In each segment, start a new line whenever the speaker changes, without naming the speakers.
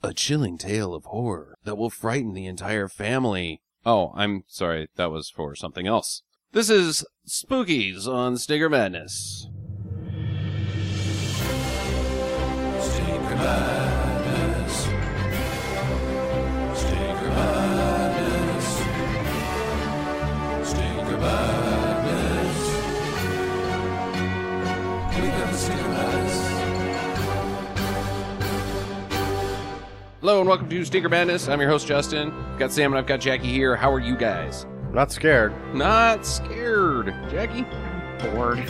A chilling tale of horror that will frighten the entire family.
Oh, I'm sorry. That was for something else. This is Spookies on Stinger Madness. Hello and welcome to Stinker Madness. I'm your host Justin. I've got Sam and I've got Jackie here. How are you guys?
Not scared.
Not scared, Jackie.
bored.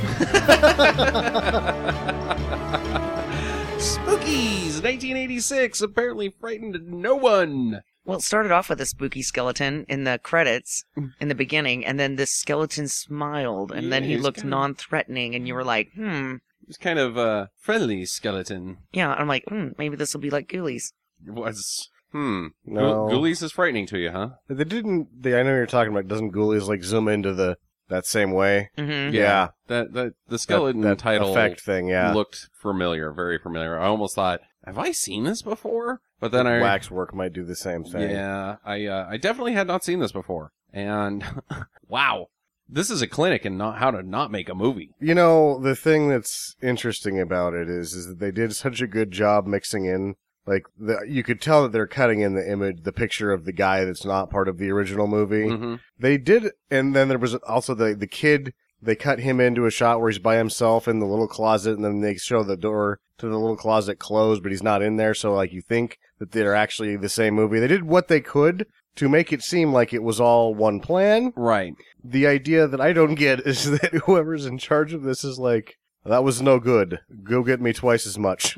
Spookies, 1986. Apparently frightened no one.
Well, it started off with a spooky skeleton in the credits in the beginning, and then this skeleton smiled, and then
Yeah,
he
he's
looked
kinda-
non threatening, and you were like, hmm.
It's kind of a friendly skeleton.
Yeah, I'm like, hmm, maybe this will be like Ghoulies.
It was. Hmm.
No.
Ghou- Ghoulies is frightening to you, huh?
They didn't. They, I know you're talking about. Doesn't Ghoulies like zoom into the that same way?
Mm-hmm.
Yeah. That that the skeleton
that, that
title
effect thing. Yeah,
looked familiar, very familiar. I almost thought, have I seen this before? But then I
waxwork might do the same thing.
Yeah, I uh, I definitely had not seen this before, and wow, this is a clinic and not how to not make a movie.
You know, the thing that's interesting about it is, is that they did such a good job mixing in. Like the, you could tell that they're cutting in the image, the picture of the guy that's not part of the original movie.
Mm-hmm.
They did, and then there was also the the kid. They cut him into a shot where he's by himself in the little closet, and then they show the door to the little closet closed, but he's not in there. So like you think that they're actually the same movie. They did what they could to make it seem like it was all one plan.
Right.
The idea that I don't get is that whoever's in charge of this is like. That was no good. Go get me twice as much.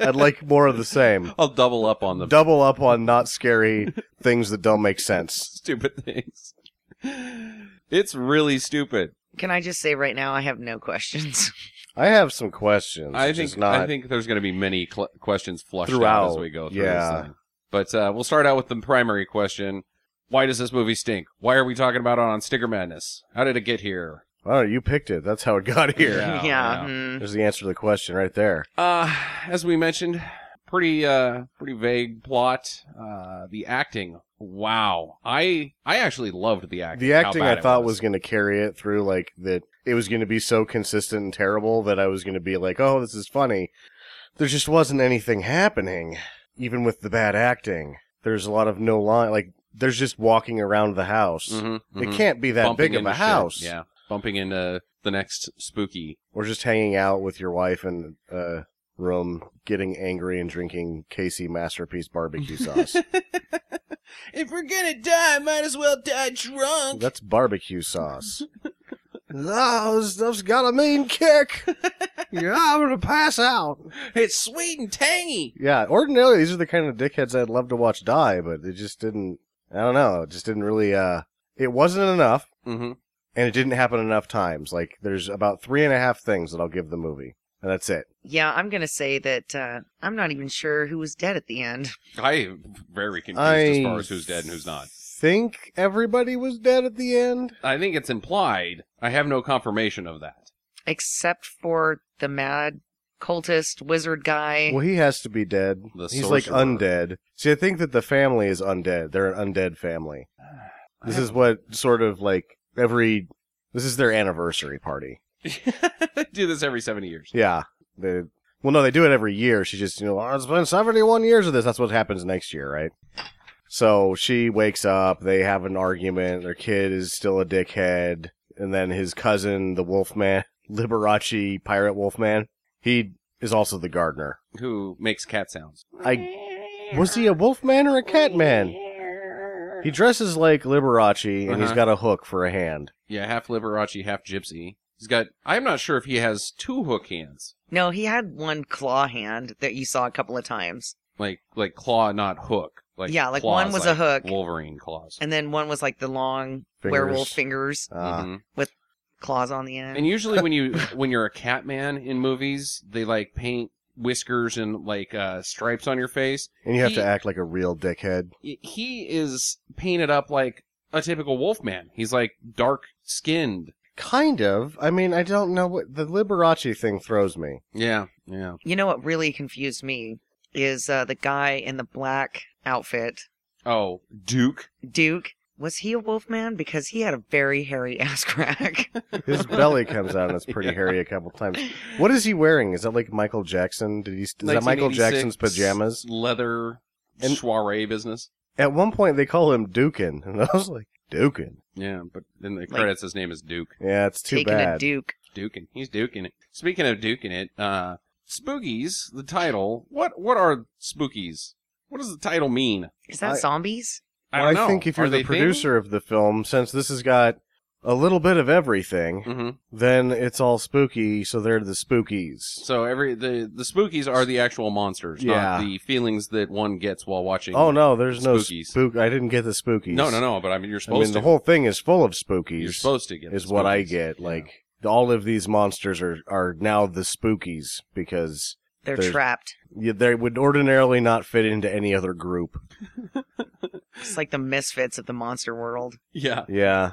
I'd like more of the same.
I'll double up on the
Double up on not scary things that don't make sense.
stupid things. It's really stupid.
Can I just say right now, I have no questions.
I have some questions.
I
just
think
not
I think there's going to be many cl- questions flushed out as
Throughout,
we go through
yeah.
this thing. But uh, we'll start out with the primary question: Why does this movie stink? Why are we talking about it on Sticker Madness? How did it get here?
Oh, you picked it. That's how it got here.
Yeah, Oh, yeah.
yeah. hmm.
There's the answer to the question right there.
Uh, as we mentioned, pretty uh, pretty vague plot. Uh, the acting, wow. I I actually loved the acting.
The
how
acting
bad
I
it
thought was going to carry it through, like that it was going to be so consistent and terrible that I was going to be like, oh, this is funny. There just wasn't anything happening, even with the bad acting. There's a lot of no line. Like, there's just walking around the house.
Mhm, mhm.
It can't be that
Bumping
big of
into
a
shit,
house.
Yeah, bumping into the next spooky.
Or just hanging out with your wife in a room, getting angry and drinking Casey Masterpiece barbecue sauce.
If we're gonna die, might as well die drunk.
That's barbecue sauce. oh, this stuff's got a mean kick. yeah, I'm gonna pass out.
It's sweet and tangy.
Yeah, ordinarily these are the kind of dickheads I'd love to watch die, but it just didn't. I don't know. It just didn't really. uh It wasn't enough,
hmm
and it didn't happen enough times. Like there's about three and a half things that I'll give the movie, and that's it.
Yeah, I'm going to say that uh, I'm not even sure who was dead at the end.
I am very confused
I
as far as who's dead and who's not.
Think everybody was dead at the end.
I think it's implied. I have no confirmation of that.
Except for the mad cultist wizard guy.
Well, he has to be dead.
The
He's
sorcerer.
like undead. See, I think that the family is undead. They're an undead family. This
I
is what sort of like every. This is their anniversary party.
They do this every seventy years.
Yeah. They, well, no, they do it every year. She just, you know, "Oh, it's been 71 years of this. That's what happens next year, right? So she wakes up. They have an argument. Their kid is still a dickhead. And then his cousin, the Wolfman, Liberace Pirate Wolfman, he is also the gardener.
Who makes cat sounds?
I was he a Wolfman or a Catman? He dresses like Liberace, and he's
Uh-huh.
got a hook for a hand.
Yeah, half Liberace, half Gypsy. He's got. I'm not sure if he has two hook hands,
No, he had one claw hand that you saw a couple of times.
like like claw, not hook. Like
Yeah, like
claws,
one was
like
a hook.
Wolverine claws.
And then one was like the long
Fingers.
werewolf fingers,
Uh,
Mhm.
Ah. claws on the end.
And usually when you when you're a cat man in movies, they like paint whiskers and like uh, stripes on your face.
And you have
He-
to act like a real dickhead.
Y- He is painted up like a typical wolfman. He's like dark skinned.
Kind of. I mean, I don't know what the Liberace thing throws me.
Yeah, yeah.
you know what really confused me is uh, the guy in the black outfit.
Oh, Duke.
Duke, was he a wolf man? Because he had a very hairy ass crack.
His belly comes out and it's pretty
Yeah.
hairy a couple times. What is he wearing? Is that like Michael Jackson? Did he? Is that Michael
1986
Jackson's pajamas?
leather,
And-
soiree business.
At one point, they call him Dukin, and I was like, Dukin.
Yeah, but in the credits, his name is Duke.
Yeah, it's too
Taking a
bad.
Duke.
Duking. He's duking it. Speaking of duking it, uh, Spookies, the title. What what are Spookies? What does the title mean?
Is that
I-
zombies?
I
Well,
don't know.
think if you're
Are
the
they
producer of the film, since this has got a little bit of everything,
things? Mhm.
then it's all spooky. So they're the spookies.
So every the the Spookies are the actual monsters,
Yeah.
not the feelings that one gets while watching.
Oh no, there's no
Spookies.
spook. I didn't get the spookies.
no, no, no! But I mean, you're
I
supposed
mean, the
to.
whole thing is full of spookies.
you're supposed to get the
is what I
Spookies.
get.
Yeah.
Like all of these monsters are are now the spookies because
They're
There's-
trapped.
you, they would ordinarily not fit into any other group.
It's like the misfits of the monster world.
yeah.
Yeah,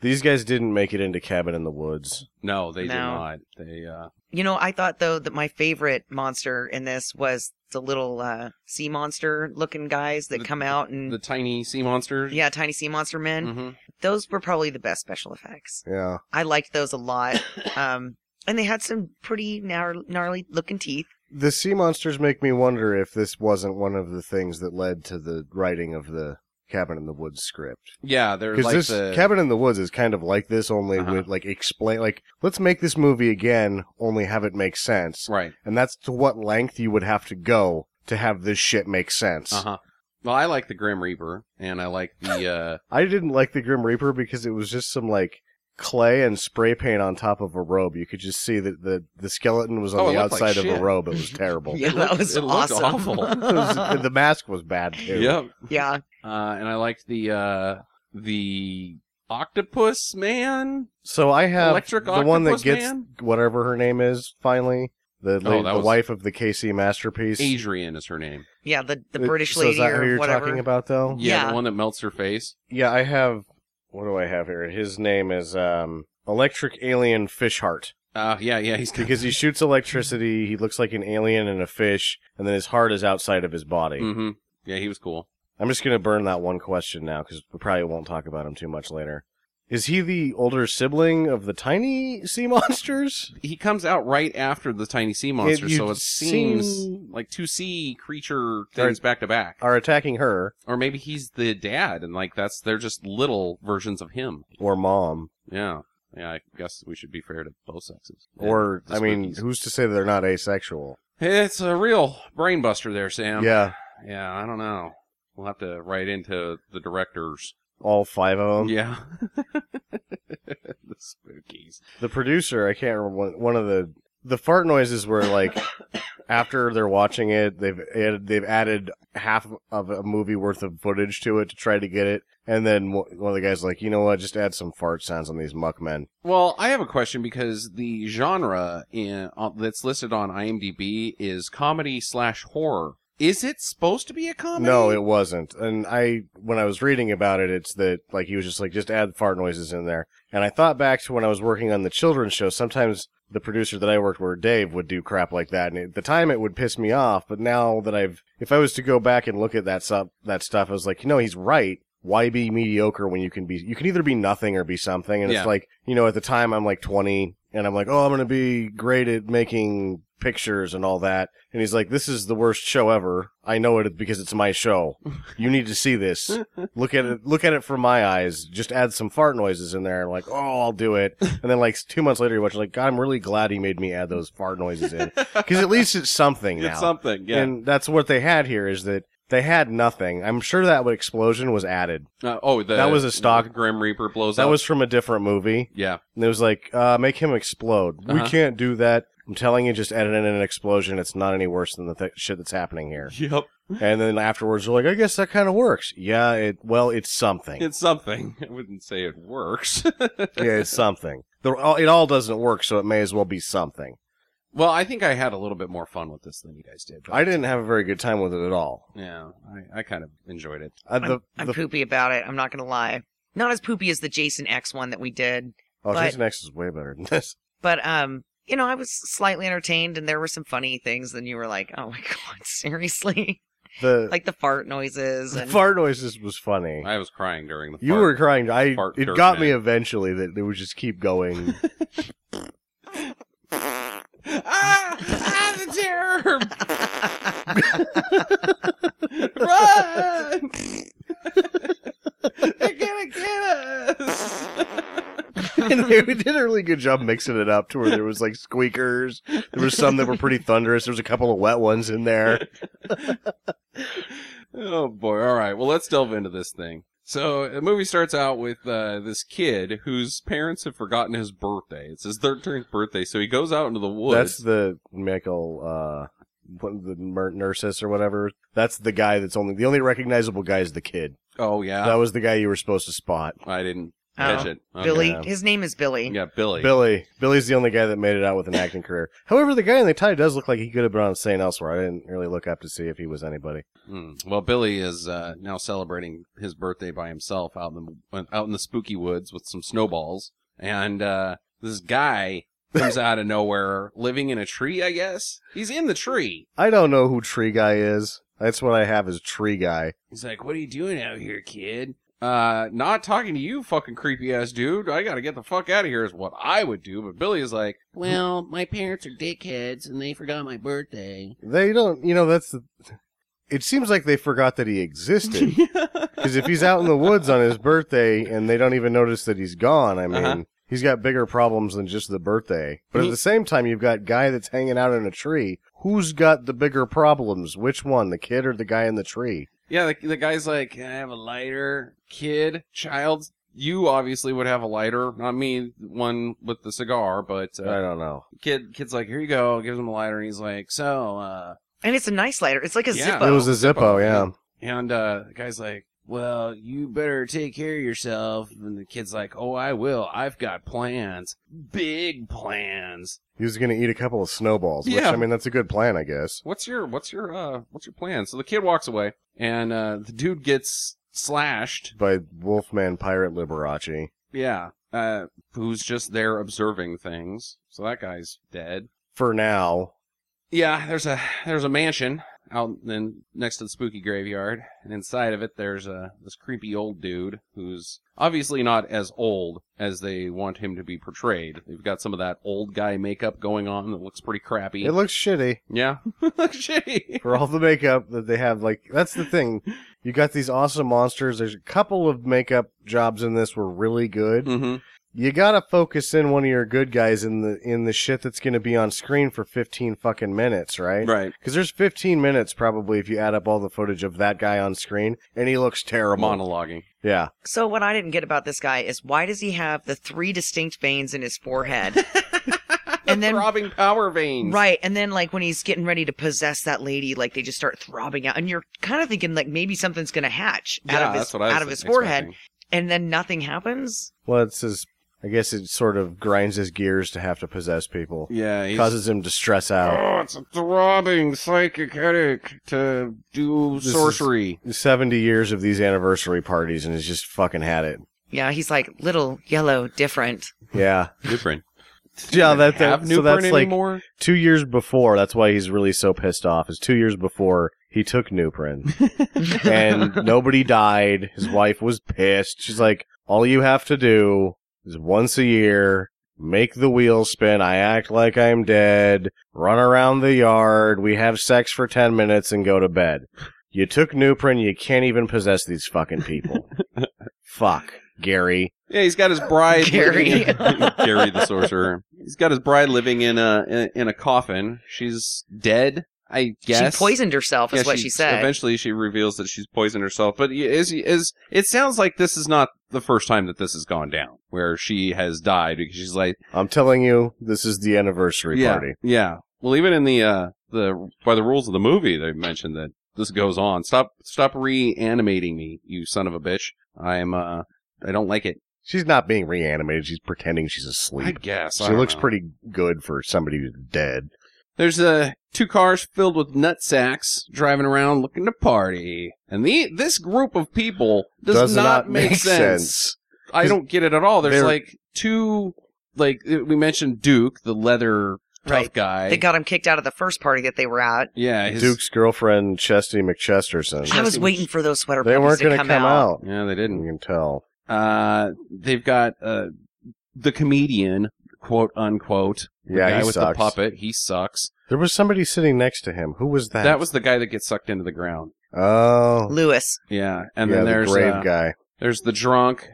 these guys didn't make it into Cabin in the Woods.
No, they do
No.
not. They uh,
You know, I thought though that my favorite monster in this was the little uh, sea monster looking guys that
The-
come out and
the tiny sea monsters.
Mm. yeah, tiny sea monster men.
hmm
Those were probably the best special effects.
Yeah,
I liked those a lot. um, and they had some pretty gnar- gnarly looking teeth.
the sea monsters make me wonder if this wasn't one of the things that led to the writing of the Cabin in the Woods script.
Yeah, they're
Because
like
this
the
Cabin in the Woods is kind of like this, only
Uh-huh.
with like explain like let's make this movie again, only have it make sense.
right.
and that's to what length you would have to go to have this shit make sense.
Uh huh. Well, I like the Grim Reaper, and I like the uh,
I didn't like the Grim Reaper because it was just some like clay and spray paint on top of a robe. You could just see that the the skeleton was on
Oh, it
the
looked like
outside of a
shit.
robe. It was terrible.
Yeah,
looked-
that was
it looked
awesome.
awful. It
It was- the mask was bad too.
yep.
yeah,
Uh, and I liked the uh, the octopus man,
So I have
electric
the
octopus
one that gets
man.
whatever her name is finally. The,
Oh,
la-
that
the
was-
wife of the KC masterpiece.
Adrian is her name.
yeah. The the
Uh,
British
so
lady
is that
or
who you're
whatever.
talking about though?
Yeah,
Yeah.
the one that melts her face.
Yeah, I have. What do I have here? His name is um, Electric Alien Fishheart.
Uh, yeah, yeah, he's
because he shoots electricity. He looks like an alien and a fish, and then his heart is outside of his body.
hmm Yeah, he was cool.
I'm just gonna burn that one question now because we probably won't talk about him too much later. Is he the older sibling of the tiny sea monsters?
He comes out right after the tiny sea monster,
you'd
so it seems
seen-
like two sea creature things back to back.
Are attacking her
Or maybe he's the dad, and like that's they're just little versions of him.
or mom?
Yeah, yeah. I guess we should be fair to both sexes.
or
The
I mean,
spookies.
who's to say that they're not asexual?
it's a real brain buster there, Sam.
yeah,
Yeah, I don't know. We'll have to write into the directors.
all five of them.
yeah. the spookies.
The producer, I can't remember one- one of the the fart noises were like after they're watching it, they've added, they've added half of a movie worth of footage to it to try to get it, and then one one of the guys like, you know what, just add some fart sounds on these muckmen.
Well, I have a question because the genre in, uh, that's listed on IMDb is comedy slash horror. Is it supposed to be a comedy?
No, it wasn't. And I when I was reading about it, it's that like he was just like just add fart noises in there. And I thought back to when I was working on the children's show. Sometimes the producer that I worked with, Dave, would do crap like that, and at the time it would piss me off. But now that I've, if I was to go back and look at that stuff, that stuff, I was like, you know, he's right. Why be mediocre when you can be? You can either be nothing or be something. And
Yeah.
it's like, you know, at the time I'm like 20, and I'm like, oh, I'm gonna be great at making pictures and all that. And he's like, this is the worst show ever. I know it because it's my show. You need to see this. Look at it. Look at it from my eyes. Just add some fart noises in there. Like, oh, I'll do it. And then like two months later, you watch it, like, God, I'm really glad he made me add those fart noises in because at least it's something now.
it's something. Yeah.
And that's what they had here is that they had nothing. I'm sure that explosion was added.
Uh, oh, the,
that was a stock-
the Grim Reaper blows
That
up.
was from a different movie.
yeah.
And it was like, uh, make him explode.
Uh-huh.
We can't do that. I'm telling you, just edit in an explosion. It's not any worse than the th- shit that's happening here.
Yep.
And then afterwards, you're like, I guess that kind of works. Yeah, it. Well, it's something.
It's something. I wouldn't say it works.
yeah, it's something. The, all- it all doesn't work, so it may as well be something.
well, I think I had a little bit more fun with this than you guys did. but-
I didn't have a very good time with it at all.
Yeah, I, I kind of enjoyed it.
Uh,
I'm,
the,
I'm
the,
poopy about it. I'm not gonna lie. Not as poopy as the Jason X one that we did.
oh,
but-
Jason X is way better than this.
But um, you know, I was slightly entertained and there were some funny things. Then you were like, oh my God, seriously?
The
like the fart noises.
the
And
fart noises was funny.
I was crying during the.
you
fart.
were crying. I
fart
it
dirt
got me
man.
eventually that it would just keep going.
Ah, ah, the terror! Run! They're gonna get us!
and they did a really good job mixing it up to where there was like squeakers. There were some that were pretty thunderous. There was a couple of wet ones in there.
oh boy! All right. Well, let's delve into this thing. So the movie starts out with uh, this kid whose parents have forgotten his birthday. It's his thirteenth birthday, so he goes out into the woods.
That's the medical uh what, the mer- nurses or whatever. That's the guy that's only the only recognizable guy is the kid.
oh
That
yeah,
was the guy you were supposed to spot.
I didn't
Oh,
catch it. Okay.
Billy,
Yeah.
his name is Billy.
Yeah, Billy.
Billy. Billy's the only guy that made it out with an acting career. However, the guy in the tie does look like he could have been on St. Elsewhere. I didn't really look up to see if he was anybody.
Hmm. Well, Billy is uh, now celebrating his birthday by himself out in the out in the spooky woods with some snowballs, and uh, this guy comes out of nowhere, living in a tree. I guess he's in the tree.
I don't know who Tree Guy is. That's what I have as Tree Guy.
He's like, "What are you doing out here, kid?" Uh, not talking to you, fucking creepy ass dude. I gotta get the fuck out of here is what I would do. But Billy is like,
Well, my parents are dickheads and they forgot my birthday.
They don't, you know, that's the. It seems like they forgot that he existed. Because if he's out in the woods on his birthday and they don't even notice that he's gone, I mean,
Uh-huh.
he's got bigger problems than just the birthday. But at
He-
the same time, you've got guy that's hanging out in a tree. Who's got the bigger problems? Which one, the kid or the guy in the tree?
"Yeah." The, the guy's like, "Can I have a lighter, kid, child?" You obviously would have a lighter, not me, one with the cigar. But
I
uh,
don't know.
kid, kid's like, "Here you go." Gives him a lighter, and he's like, "So, uh,"
And it's a nice lighter. It's like a
Yeah.
Zippo.
It was a Zippo, yeah.
and uh, the guy's like. Well, you better take care of yourself. And the kid's like, Oh, I will. I've got plans. Big plans.
He was going to eat a couple of snowballs, which,
Yeah.
I mean, that's a good plan, I guess.
what's your what's your uh what's your plan so the kid walks away and uh the dude gets slashed
By Wolfman Pirate Liberace.
yeah uh who's just there observing things so that guy's dead
For now.
yeah there's a there's a mansion out in next to the spooky graveyard and inside of it there's a this creepy old dude who's obviously not as old as they want him to be portrayed they've got some of that old guy makeup going on that looks pretty crappy
It looks shitty.
yeah looks shitty
for all the makeup that they have. Like that's the thing. You got these awesome monsters. There's a couple of makeup jobs in this were really good.
mm-hmm
You gotta focus in one of your good guys in the in the shit that's gonna be on screen for 15 fucking minutes, right?
right
Because there's 15 minutes probably if you add up all the footage of that guy on screen, and he looks terrible.
monologuing
Yeah,
So what I didn't get about this guy is why does he have the three distinct veins in his forehead? and then
throbbing power veins
right, and then like when he's getting ready to possess that lady, like they just start throbbing out, and you're kind of thinking like maybe something's gonna hatch out of his out of his forehead, and then nothing happens.
well, it's his. I guess it sort of grinds his gears to have to possess people,
Yeah, he's,
causes him to stress out.
oh, it's a throbbing psychic headache to do
This is-
sorcery.
70 years of these anniversary parties, and he's just fucking had it.
Yeah, he's like little yellow, different.
Yeah.
Newprint.
Yeah, that, that
Have
so
Newprint
that's like
anymore?
two years before. That's why he's really so pissed off. Is two years before he took Nuprin, and nobody died. His wife was pissed. She's like, "All you have to do is once a year." Make the wheel spin. I act like I'm dead. Run around the yard. We have sex for 10 minutes and go to bed. You took Nuprin. You can't even possess these fucking people. Fuck, Gary.
Yeah, he's got his bride.
Gary.
living in- Gary the sorcerer. He's got his bride living in a in, in a coffin. She's dead, I guess.
She poisoned herself, is
Yeah,
what she, said.
Eventually, she reveals that she's poisoned herself. But y- is is it sounds like this is not the first time that this has gone down, where she has died because she's like,
I'm telling you, this is the anniversary
yeah,
party.
Yeah. Well, even in the uh the by the rules of the movie, they mentioned that this goes on. Stop stop reanimating me, you son of a bitch. I'm uh I don't like it.
She's not being reanimated. She's pretending she's
I
asleep.
guess I
she
don't
looks
know.
pretty good for somebody who's dead.
There's uh two cars filled with nut sacks driving around looking to party, and the this group of people does, not, make sense. I don't get it at all. There's
They're-
like two like it- we mentioned Duke, the leather tough
Right.
guy.
They got him kicked out of the first party that they were at.
yeah, his,
Duke's girlfriend, Chesty McChesterson.
I was
Interesting.
waiting for those sweater
They
puppies
weren't
to
going
come, out.
out.
Yeah, they
You
didn't.
can tell.
Uh, they've got uh, the comedian, quote unquote. The
Yeah,
guy
he
with
sucks.
the puppet. He sucks.
There was somebody sitting next to him. Who was that?
That was the guy that gets sucked into the ground.
oh,
Lewis.
Yeah, and
yeah,
then
the
there's
grave
uh,
guy.
there's the drunk,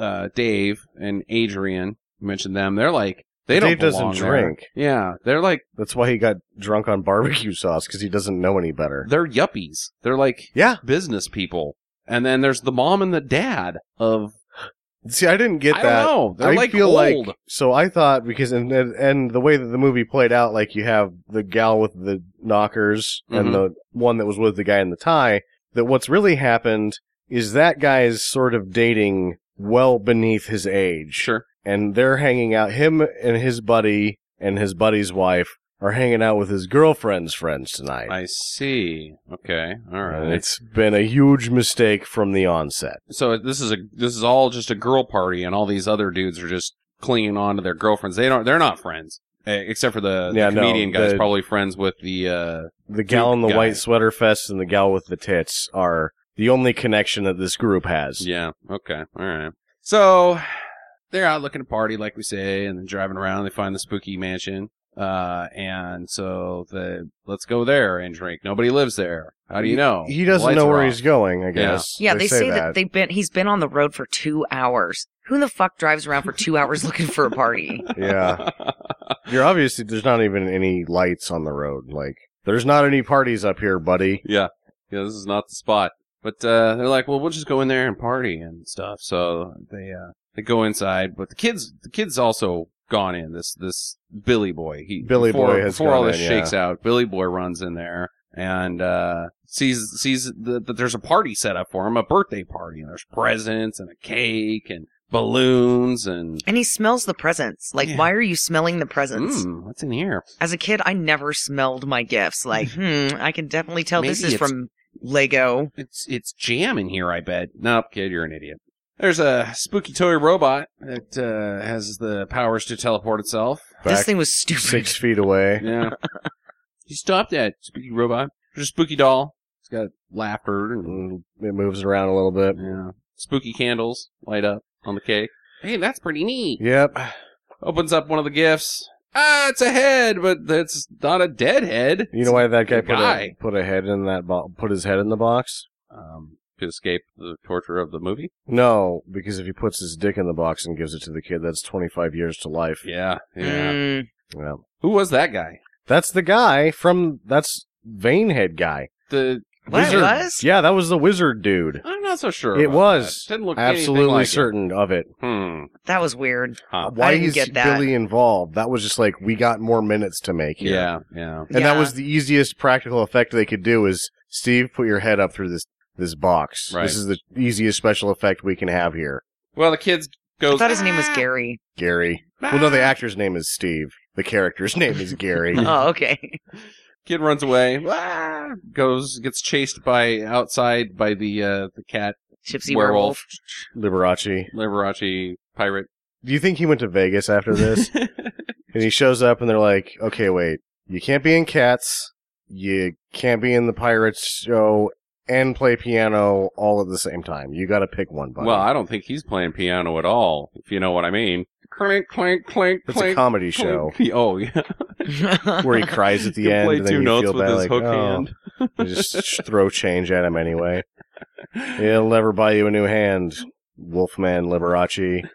uh, Dave and Adrian. You mentioned them. They're like they don't.
Dave doesn't
belong there.
drink.
Yeah, they're like
That's why he got drunk on barbecue sauce because he doesn't know any better.
they're yuppies. They're like
Yeah.
business people. And then there's the mom and the dad of
See, I didn't get
I
that.
don't know. They're
I
like
feel
old.
like so. I thought because and and the way that the movie played out, like you have the gal with the knockers
Mhm.
and the one that was with the guy in the tie. That what's really happened is that guy is sort of dating well beneath his age,
sure.
and they're hanging out. Him and his buddy and his buddy's wife are hanging out with his girlfriend's friends tonight.
I see. Okay. All right.
And It's been a huge mistake from the onset.
so this is a this is all just a girl party, and all these other dudes are just clinging on to their girlfriends. They don't. They're not friends, Eh, except for the, the
Yeah, no,
comedian guy's
the-
probably friends with the. uh
The gal in the
guy.
white sweater fest and the gal with the tits are the only connection that this group has.
Yeah. Okay. All right. So they're out looking to party, like we say, and then driving around. They find the spooky mansion. Uh, and so the let's go there and drink. Nobody lives there. How do you know?
Oh,
He doesn't
Lights
know
are
where
off.
he's going, I guess.
Yeah, they, say, that. they've been he's been on the road for two hours. Who the fuck drives around for two hours looking for a party?
yeah. You're obviously there's not even any lights on the road. Like there's not any parties up here, buddy.
yeah. Yeah. This is not the spot. But uh, they're like, well, we'll just go in there and party and stuff. So they uh, they go inside, but the kids the kids also gone in. This this Billy boy. He
Billy
before,
Boy has
before all
gone
this
in, yeah.
shakes out. Billy boy runs in there and uh, sees sees that that there's a party set up for him, a birthday party, and there's presents and a cake and balloons and.
And he smells the presents. Like,
Yeah.
why are you smelling the presents?
Mm, what's in here?
As a kid, I never smelled my gifts. Like, hmm, I can definitely tell this
Maybe
is
it's-
from Lego.
It's it's jam in here, I bet. Nope, kid, you're an idiot. There's a spooky toy robot that uh, has the powers to teleport itself.
This
Back
thing was stupid.
six feet away.
Yeah. he stopped that spooky robot. There's a spooky doll. It's got laughter and
Mm, It moves around a little bit.
yeah. spooky candles light up on the cake. Hey, that's pretty neat.
Yep.
Opens up one of the gifts. Ah, it's a head, but it's not a dead head.
You know why that guy
The
put
guy.
a put a head in that bo- put his head in the box?
Um, to escape the torture of the movie.
No, because if he puts his dick in the box and gives it to the kid, that's twenty five years to life.
Yeah, yeah.
Mm,
Yeah.
Who was that guy?
That's the guy from that's Vanehead guy.
The
what it
wizard.
was?
Yeah, that was the wizard dude.
I'm not so sure.
It
about
was.
that. Didn't look anything
Absolutely
like it. Uh,
certain of it.
Hmm.
That was weird.
Huh.
Why
didn't
is
get that.
Billy involved? That was just like we got more minutes to make here.
Yeah, yeah.
And
Yeah.
that was the easiest practical effect they could do is Steve put your head up through this this box.
Right.
This is the easiest special effect we can have here.
Well, the kids
I
goes.
thought his name
Ah.
was Gary.
Gary. Well no, the actor's name is Steve. The character's name is Gary.
Oh, okay.
Kid runs away. Ah! Goes gets chased by outside by the uh, the cat
Gypsy
werewolf
werewolf.
Liberace.
Liberace pirate.
Do you think he went to Vegas after this? and he shows up and they're like, okay, wait, you can't be in Cats, you can't be in the Pirates show, and play piano all at the same time. You got to pick one, buddy.
well, I don't think he's playing piano at all. If you know what I mean. Clank, clank, clank,
it's a
clank.
comedy show
clank. Oh yeah.
where he cries at the
You
end.
play
and then
two
you
notes
feel
with
bad,
his
like,
hook
oh.
hand.
You just sh- throw change at him anyway. It'll never buy you a new hand, Wolfman Liberace.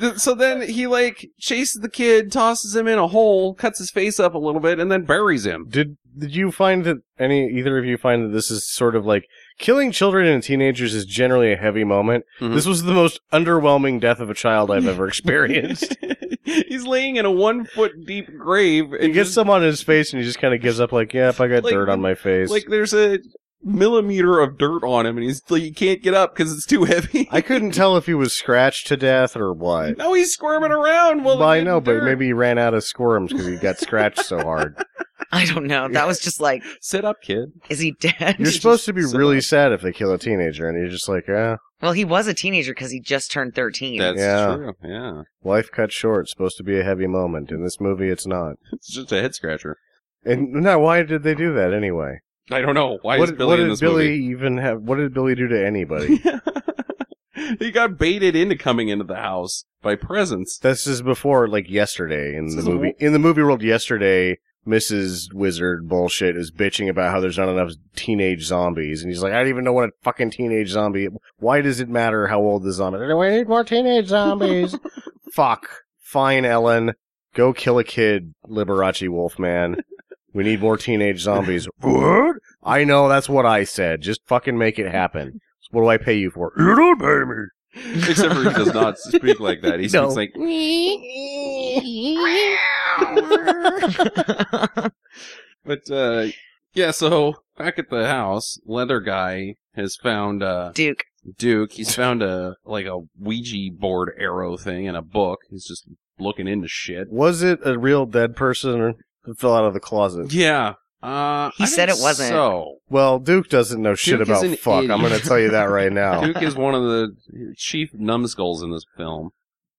Th- So then he like chases the kid, tosses him in a hole, cuts his face up a little bit, and then buries him.
Did did you find that any either of you find that this is sort of like killing children and teenagers is generally a heavy moment?
Mhm.
This was the most underwhelming death of a child I've ever experienced.
he's laying in a one foot deep grave and
he gets
just-
some on his face and he just kind of gives up, like, "Yep, I got
Like-
dirt on my face."
like there's a millimeter of dirt on him and he's like he can't get up because it's too heavy
I couldn't tell if he was scratched to death or what.
no he's squirming around well
Well, I know, but maybe he ran out of squirms because he got scratched so hard.
I don't know. That was just like,
sit up kid
is he dead?
You're supposed to be
so-
really sad if they kill a teenager, and you're just like, "Eh, "Yeah,
Well, he was a teenager because he just turned 13.
That's
Yeah.
true. Yeah.
Life cut short, supposed to be a heavy moment. In this movie, it's not.
It's just a head scratcher.
And now, why did they do that anyway?
I don't know. Why
what,
is Billy
what
in
did
this
Billy even have? What did Billy do to anybody?
movie? he got baited into coming into the house by presents.
this is before like yesterday in
This
the
is a
movie. in the movie world yesterday, Mrs. Wizard bullshit is bitching about how there's not enough teenage zombies, and he's like, I don't even know what a fucking teenage zombie. Why does it matter how old the zombie? We need more teenage zombies. Fuck. Fine, Ellen. Go kill a kid, Liberace Wolfman. We need more teenage zombies. what? I know that's what I said. Just fucking make it happen. So what do I pay you for? You don't pay me.
Except for he does not speak like that. He
No.
speaks like but uh yeah, so back at the house, leather guy has found uh
Duke.
Duke. He's found a like a Ouija board arrow thing and a book. He's just looking into shit.
Was it a real dead person or that fell out of the closet?
Yeah. Uh,
He
I
said
think
it wasn't.
So
Well, Duke doesn't know shit
Duke is
about
an
fuck. I'm
idiot.
going to tell you that right
Oh.
now.
Duke is one of the chief numbskulls in this film.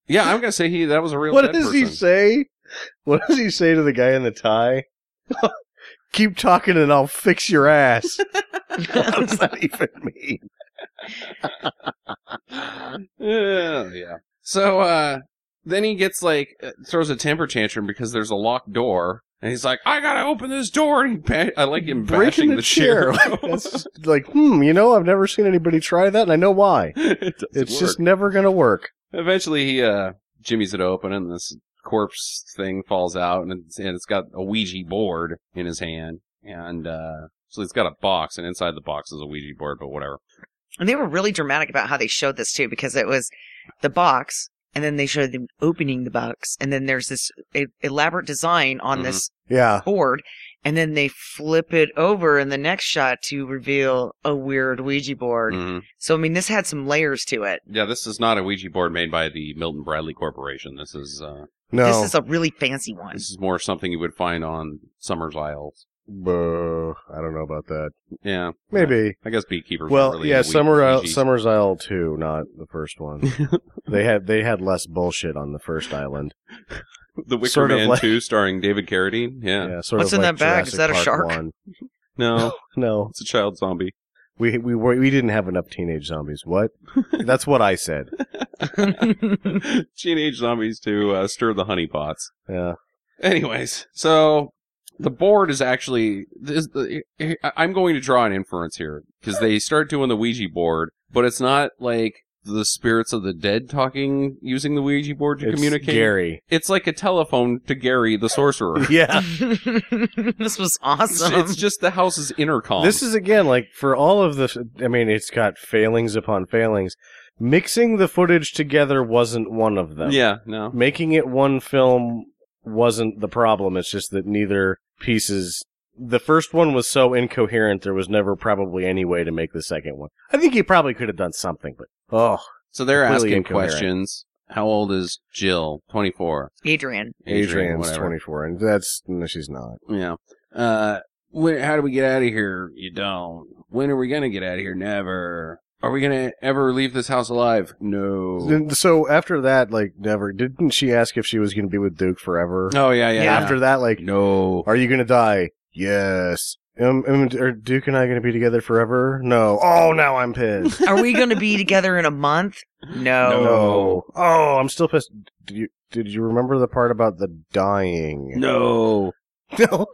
Yeah, I'm gonna say he that was a real.
what
dead
does
person.
he say? What does he say to the guy in the tie? Keep talking and I'll fix your ass. what does that even mean?
Yeah, yeah. So uh, then he gets like uh, throws a temper tantrum because there's a locked door, and he's like, "I gotta open this door!" And he ba- I like him bashing
Breaking the, chair. That's just like, hmm, you know, I've never seen anybody try that and I know why.
it doesn't
It's
work.
just never going to work.
Eventually, he uh, jimmies it open, and this corpse thing falls out, and it's, and it's got a Ouija board in his hand, and uh, so it's got a box, and inside the box is a Ouija board, but whatever.
And they were really dramatic about how they showed this too, because it was the box, and then they showed them opening the box, and then there's this e- elaborate design on
Mhm.
this
Yeah.
board, and then they flip it over in the next shot to reveal a weird Ouija board.
Mhm.
So I mean, this had some layers to it.
Yeah, this is not a Ouija board made by the Milton Bradley Corporation. This is uh,
No.
This is a really fancy one.
this is more something you would find on Summer's Isles.
Buh, I don't know about that.
Yeah,
Maybe.
I guess beekeepers.
Well,
aren't really
yeah,
into Ouija-
Summer Isle,
Ouija.
Summer's Isle two, not the first one. they had they had less bullshit on the first island.
the Wicker
sort of
Man
like-
Two, starring David Carradine. Yeah,
Yeah, sort
What's
of
in
like
that bag? Is
Jurassic
that a
Park
shark?
one.
no,
No,
it's a child zombie.
we we were, we didn't have enough teenage zombies. What? That's what I said.
Teenage zombies to uh, stir the honey pots.
Yeah,
Anyways, so the board is actually. This, the, I- I'm going to draw an inference here because they start doing the Ouija board, but it's not like the spirits of the dead talking using the Ouija board to
it's
communicate.
Gary.
It's like a telephone to Gary the sorcerer.
Yeah,
this was
Ah. It's,
awesome.
it's just the house's intercom.
this is again like for all of the. I mean, it's got failings upon failings. Mixing the footage together wasn't one of them.
yeah, no,
making it one film wasn't the problem. It's just that neither pieces. The first one was so incoherent, there was never probably any way to make the second one. I think he probably could have done something, but oh,
so they're
completely
asking
incoherent.
questions. How old is Jill? Twenty four.
Adrian.
Adrian's twenty four, and that's no, she's not.
Yeah. Uh, when, how do we get out of here? You don't. When are we gonna get out of here? Never. Are we gonna ever leave this house alive? No.
And So after that, like, never didn't she ask if she was going to be with Duke forever?
Oh yeah, yeah.
Yeah.
yeah.
After that, like,
no.
are you going to die? Yes. Um, um, are Duke and I going to be together forever? No. Oh, now I'm pissed.
Are we going to be together in a month? No.
No. Oh, I'm still pissed. Did you did you remember the part about the dying?
No.
No.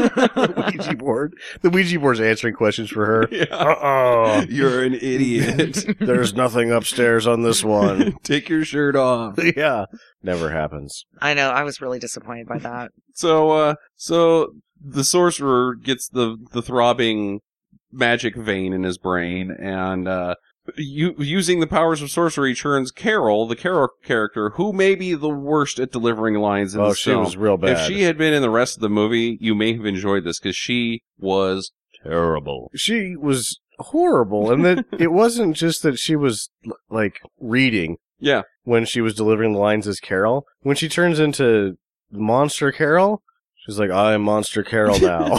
Ouija board. The Ouija board's answering questions for her.
Yeah.
Uh-oh.
You're an idiot.
There's nothing upstairs on this one.
Take your shirt off.
yeah. Never happens.
I know. I was really disappointed by that.
So, uh, so the sorcerer gets the the throbbing magic vein in his brain, and uh, u- using the powers of sorcery, turns Carol, the Carol character, who may be the worst at delivering lines in
oh,
this
she
film.
was real bad.
if she had been in the rest of the movie, you may have enjoyed this because she was terrible.
she was horrible and that it wasn't just that she was l- like reading
Yeah.
when she was delivering the lines as Carol. When she turns into Monster Carol, she's She's like, I'm Monster Carol now.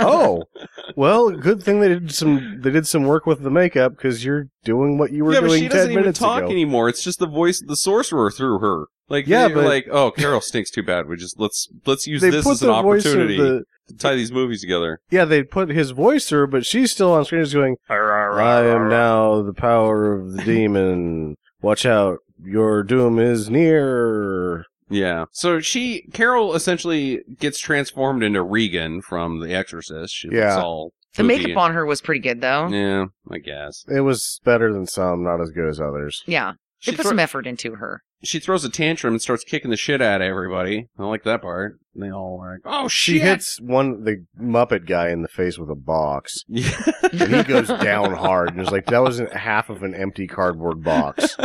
oh, well, good thing they did some they did some work with the makeup because you're doing what you were
yeah, but
doing
she
ten
doesn't even
minutes
talk
ago.
anymore. It's just the voice of the sorcerer through her. Like
Yeah,
yeah,
but-
like oh, Carol stinks too bad. We just let's let's use
they
this
put
as an
the voice of
opportunity
the
to tie these movies together.
yeah they put his voice through, but she's still on screen, just going, I am now the power of the demon. Watch out, your doom is near.
Yeah. So she Carol essentially gets transformed into Regan from The Exorcist. She looks
Yeah.
all
the
poopy.
makeup on her was pretty good though. Yeah.
Yeah, I guess.
It was better than some, not as good as others.
They
She,
put
thro-
some effort into her.
she throws a tantrum and starts kicking the shit out of everybody. I like that part. And they all are like, oh
She
shit.
hits one the Muppet guy in the face with a box,
Yeah.
and he goes down hard. And it's like that was half of an empty cardboard box.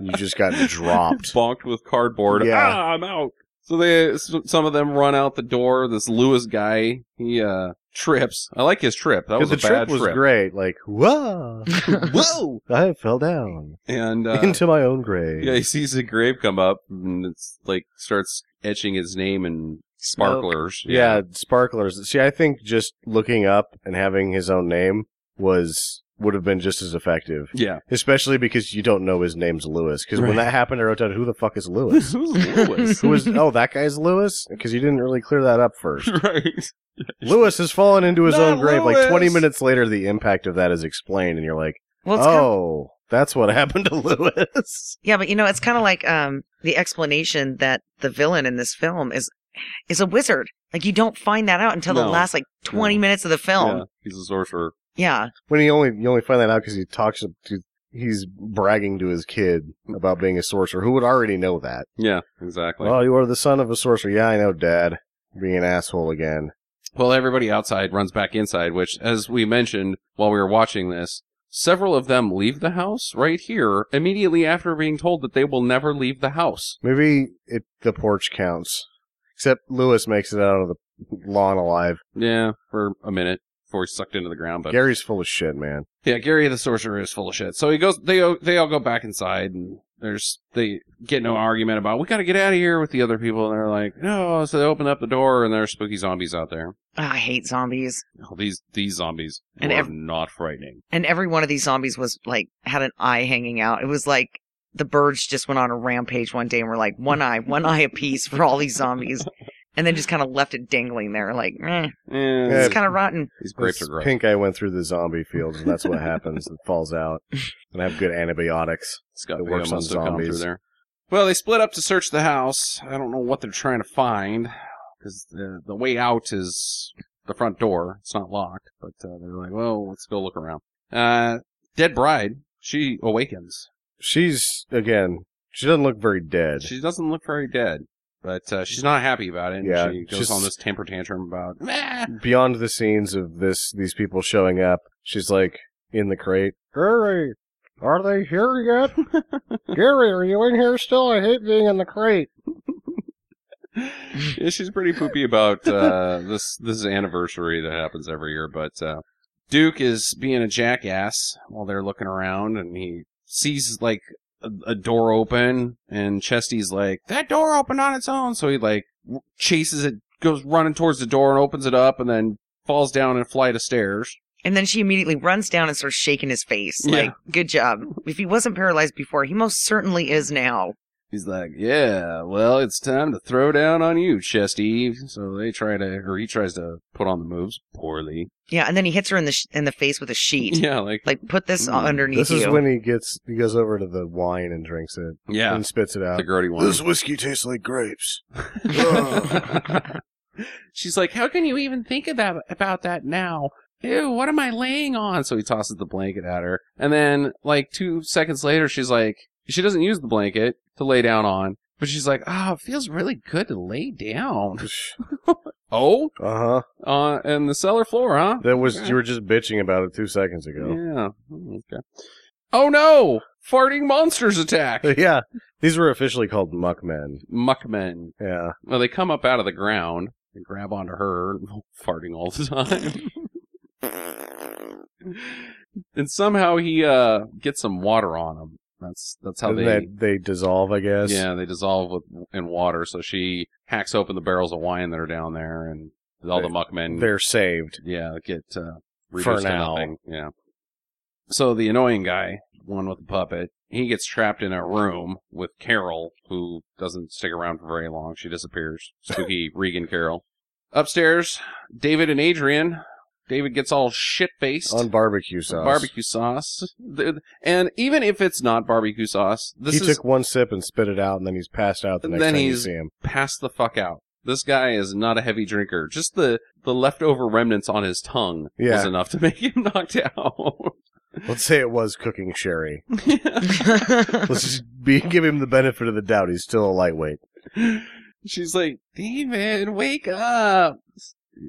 You just got dropped.
bonked with cardboard.
Yeah.
Ah, I'm out. So they, s- some of them run out the door. This Lewis guy, he uh trips. I like his trip. That was
the
a
trip
bad
was great. Like, whoa,
Whoa!
I fell down
And uh,
into my own grave.
yeah, he sees a grave come up and it's like starts etching his name in sparklers.
Yeah, sparklers. See, I think just looking up and having his own name was would have been just as effective,
yeah.
especially because you don't know his name's Lewis. Because when
Right.
that happened, I wrote down, "Who the fuck is Lewis?"
Who's Lewis?
Who is? Oh, that guy's Lewis. Because you didn't really clear that up first.
right.
Lewis has fallen into his
Not
own grave. Like
Lewis.
twenty minutes later, the impact of that is explained, and you're like,
Well, it's kind of,
"Oh, that's what happened to Lewis."
yeah, but you know, it's kind of like um the explanation that the villain in this film is is a wizard. Like you don't find that out until the
No.
last like 20
No.
minutes of the
Yeah,
film.
he's a sorcerer.
Yeah.
When he only you only find that out because he talks to he's bragging to his kid about being a sorcerer, who would already know that.
Yeah, exactly.
well, you are the son of a sorcerer. Yeah, I know, Dad. Being an asshole again.
Well, everybody outside runs back inside, which, as we mentioned while we were watching this, several of them leave the house right here immediately after being told that they will never leave the house.
Maybe it the porch counts. Except Lewis makes it out of the lawn alive.
Yeah, for a minute before he's sucked into the ground. But
Gary's full of shit, man.
yeah, Gary the sorcerer is full of shit. So he goes. They all- they all go back inside and. There's they get no argument about we got to get out of here with the other people and they're like no so they open up the door and there's spooky zombies out there
Ah, I hate zombies.
oh, these these zombies
And
were
ev-
not frightening
And every one of these zombies was like had an eye hanging out. It was like the birds just went on a rampage one day and were like one eye, one eye apiece for all these zombies. And then just kind of left it dangling there, like, eh,
Eh,
it's kind of rotten.
these grapes are
This
gross
Pink eye went through the zombie fields, and that's what happens. It falls out. And I have good antibiotics.
Scott
It
Baio
works on
must have gone through
zombies.
there. Well, they split up to search the house. I don't know what they're trying to find because the the way out is the front door. It's not locked, but uh, they're like, well, let's go look around. Uh, dead bride. She awakens.
She's again. She doesn't look very dead.
She doesn't look very dead, but uh, she's not happy about it. And
Yeah,
she goes
she's-
on this temper tantrum about. "Ah!"
beyond the scenes of this these people showing up, she's like in the crate. Gary, are they here yet? Gary, are you in here still? I hate being in the crate.
yeah, she's pretty poopy about uh, this this anniversary that happens every year. But uh, Duke is being a jackass while they're looking around, and he sees like a, a door open, and Chesty's like, "That door opened on its own." So he like w- chases it, goes running towards the door, and opens it up, and then falls down a flight of stairs.
And then she immediately runs down and starts shaking his face.
Yeah.
Like, good job. If he wasn't paralyzed before, he most certainly is now.
He's like, "Yeah, well, it's time to throw down on you, Chesty." So they try to, or he tries to put on the moves poorly.
Yeah, and then he hits her in the sh- in the face with a sheet.
Yeah, like,
Like, put this
Mm,
underneath
This
you.
is when he gets he goes over to the wine and drinks it
yeah,
and spits it out.
the grody one.
whiskey tastes like grapes.
Uh-huh. She's like, "How can you even think of that about that now? Ew, what am I laying on?" So he tosses the blanket at her, and then like two seconds later, she's like, she doesn't use the blanket to lay down on, but she's like, "Ah, it feels really good to lay down." oh,
Uh huh.
uh, and the cellar floor, huh?
That was you were just bitching about it two seconds ago.
Yeah. Hmm, Okay. Oh no! Farting monsters attack.
But yeah, these were officially called muckmen.
Muckmen.
Yeah,
Well, they come up out of the ground and grab onto her, farting all the time. and somehow he uh, gets some water on him. That's That's that's how
Isn't
they
that they dissolve, I guess.
yeah they dissolve with in water. So she hacks open the barrels of wine that are down there, and all the
They-
muckmen
They're saved.
yeah get uh,
For
reduced to
now.
nothing. Yeah. So the annoying guy, one with the puppet, he gets trapped in a room with Carol, who doesn't stick around for very long. She disappears. Spooky Regan Carol. Upstairs, David and Adrian. David gets all shit faced.
On barbecue sauce.
Barbecue sauce. The- And even if it's not barbecue sauce, this
he
is
took one sip and spit it out, and then he's passed out the
And
next
then
time you
he's-
see him.
pass the fuck out. This guy is not a heavy drinker. Just the, the leftover remnants on his tongue was
Yeah.
enough to make him knocked out.
Let's say it was cooking sherry.
That's
Let's just be, give him the benefit of the doubt. He's still a lightweight.
She's like, David, wake up.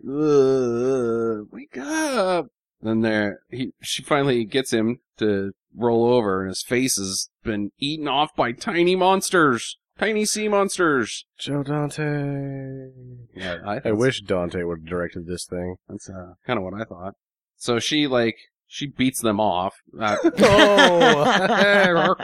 Ugh, wake up. Then there, he, she finally gets him to roll over and his face has been eaten off by tiny monsters. Tiny sea monsters.
Joe Dante.
Yeah, I,
I wish Dante would have directed this thing.
That's uh, kind of what I thought. So she like she beats them off. Uh, Oh.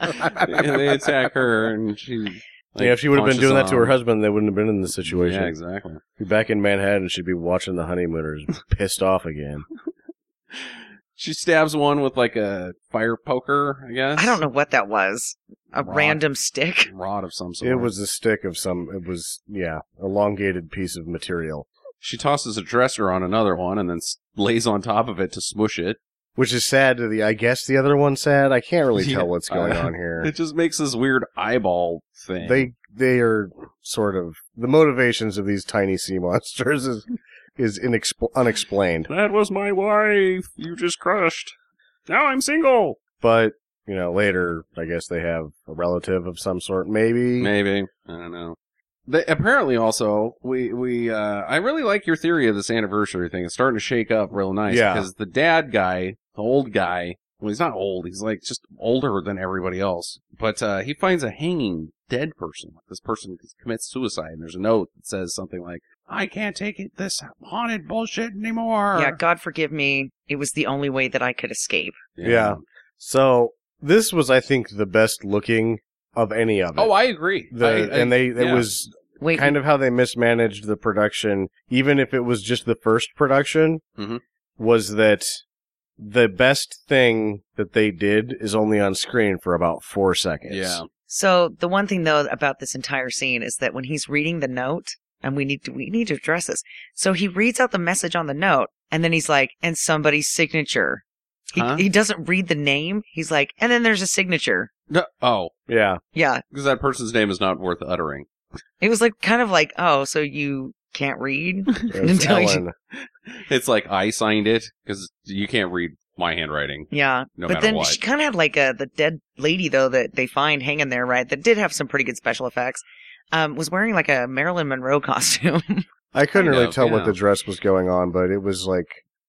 and they attack her, and she. like,
yeah, if she would have been
punches
doing that to her
them.
husband, they wouldn't have been in this situation.
Yeah, exactly.
Be back in Manhattan, she'd be watching the honeymooners, pissed off again.
She stabs one with like a fire poker, I guess.
I don't know what that was. A
Rock.
random stick.
Rod of some sort.
It was a stick of some. It was yeah, elongated piece of material,
She tosses a dresser on another one, and then s- lays on top of it to smush it.
which is sad to the. I guess the other one's sad. I can't really
Yeah,
tell what's going
uh,
on here.
It just makes this weird eyeball thing.
They they are sort of the motivations of these tiny sea monsters is is inexpl- unexplained.
that was my wife. You just crushed. Now I'm single.
But you know, later I guess they have a relative of some sort, maybe.
Maybe I don't know. They, apparently, also we we uh, I really like your theory of this anniversary thing. It's starting to shake up real nice
Yeah.
because the dad guy, the old guy, well, he's not old. He's like just older than everybody else. But uh, he finds a hanging dead person. This person commits suicide, and there's a note that says something like, "I can't take it this haunted bullshit anymore."
Yeah, God forgive me. It was the only way that I could escape.
Yeah. So this was, I think, the best looking of any of it.
Oh, I agree.
the,
I- I-
and they it
yeah.
was
Wait,
kind of how they mismanaged the production, even if it was just the first production,
Mhm.
was that the best thing that they did is only on screen for about four seconds.
yeah.
So the one thing though about this entire scene is that when he's reading the note, and we need to we need to address this. So he reads out the message on the note, and then he's like, "And somebody's signature." He
Huh?
he doesn't read the name. He's like, "And then there's a signature."
No, oh,
Yeah.
Yeah,
because that person's name is not worth uttering.
it was like kind of like, "Oh, so you can't read?"
It was
Until you-
Ellen.
It's like I signed it because you can't read my handwriting.
Yeah,
No
but
matter
then
what.
she kind of had like a the dead lady though that they find hanging there, right? That did have some pretty good special effects. Um, was wearing like a Marilyn Monroe costume.
I couldn't
Kind
really
of,
tell
yeah.
what the dress was going on, but it was like,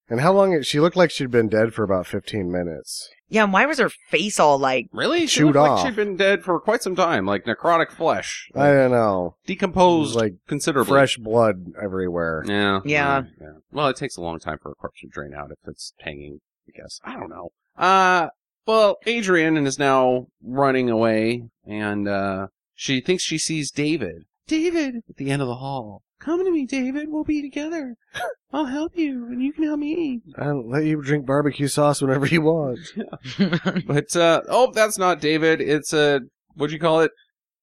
and how long? It, she looked like she'd been dead for about fifteen minutes.
yeah, and why was her face all like?
Really? She
Chewed
looked
off.
like she'd been dead for quite some time, like necrotic flesh.
I don't know,
decomposed
like
considerably.
fresh blood everywhere.
Yeah,
Yeah.
yeah. Well, it takes a long time for a corpse to drain out if it's hanging, I guess. I don't know. Uh well, Adrian is now running away and uh she thinks she sees David. David at the end of the hall. Come to me, David. We'll be together. I'll help you and you can help me.
I'll let you drink barbecue sauce whenever you want.
But uh oh, that's not David. It's a what'd you call it?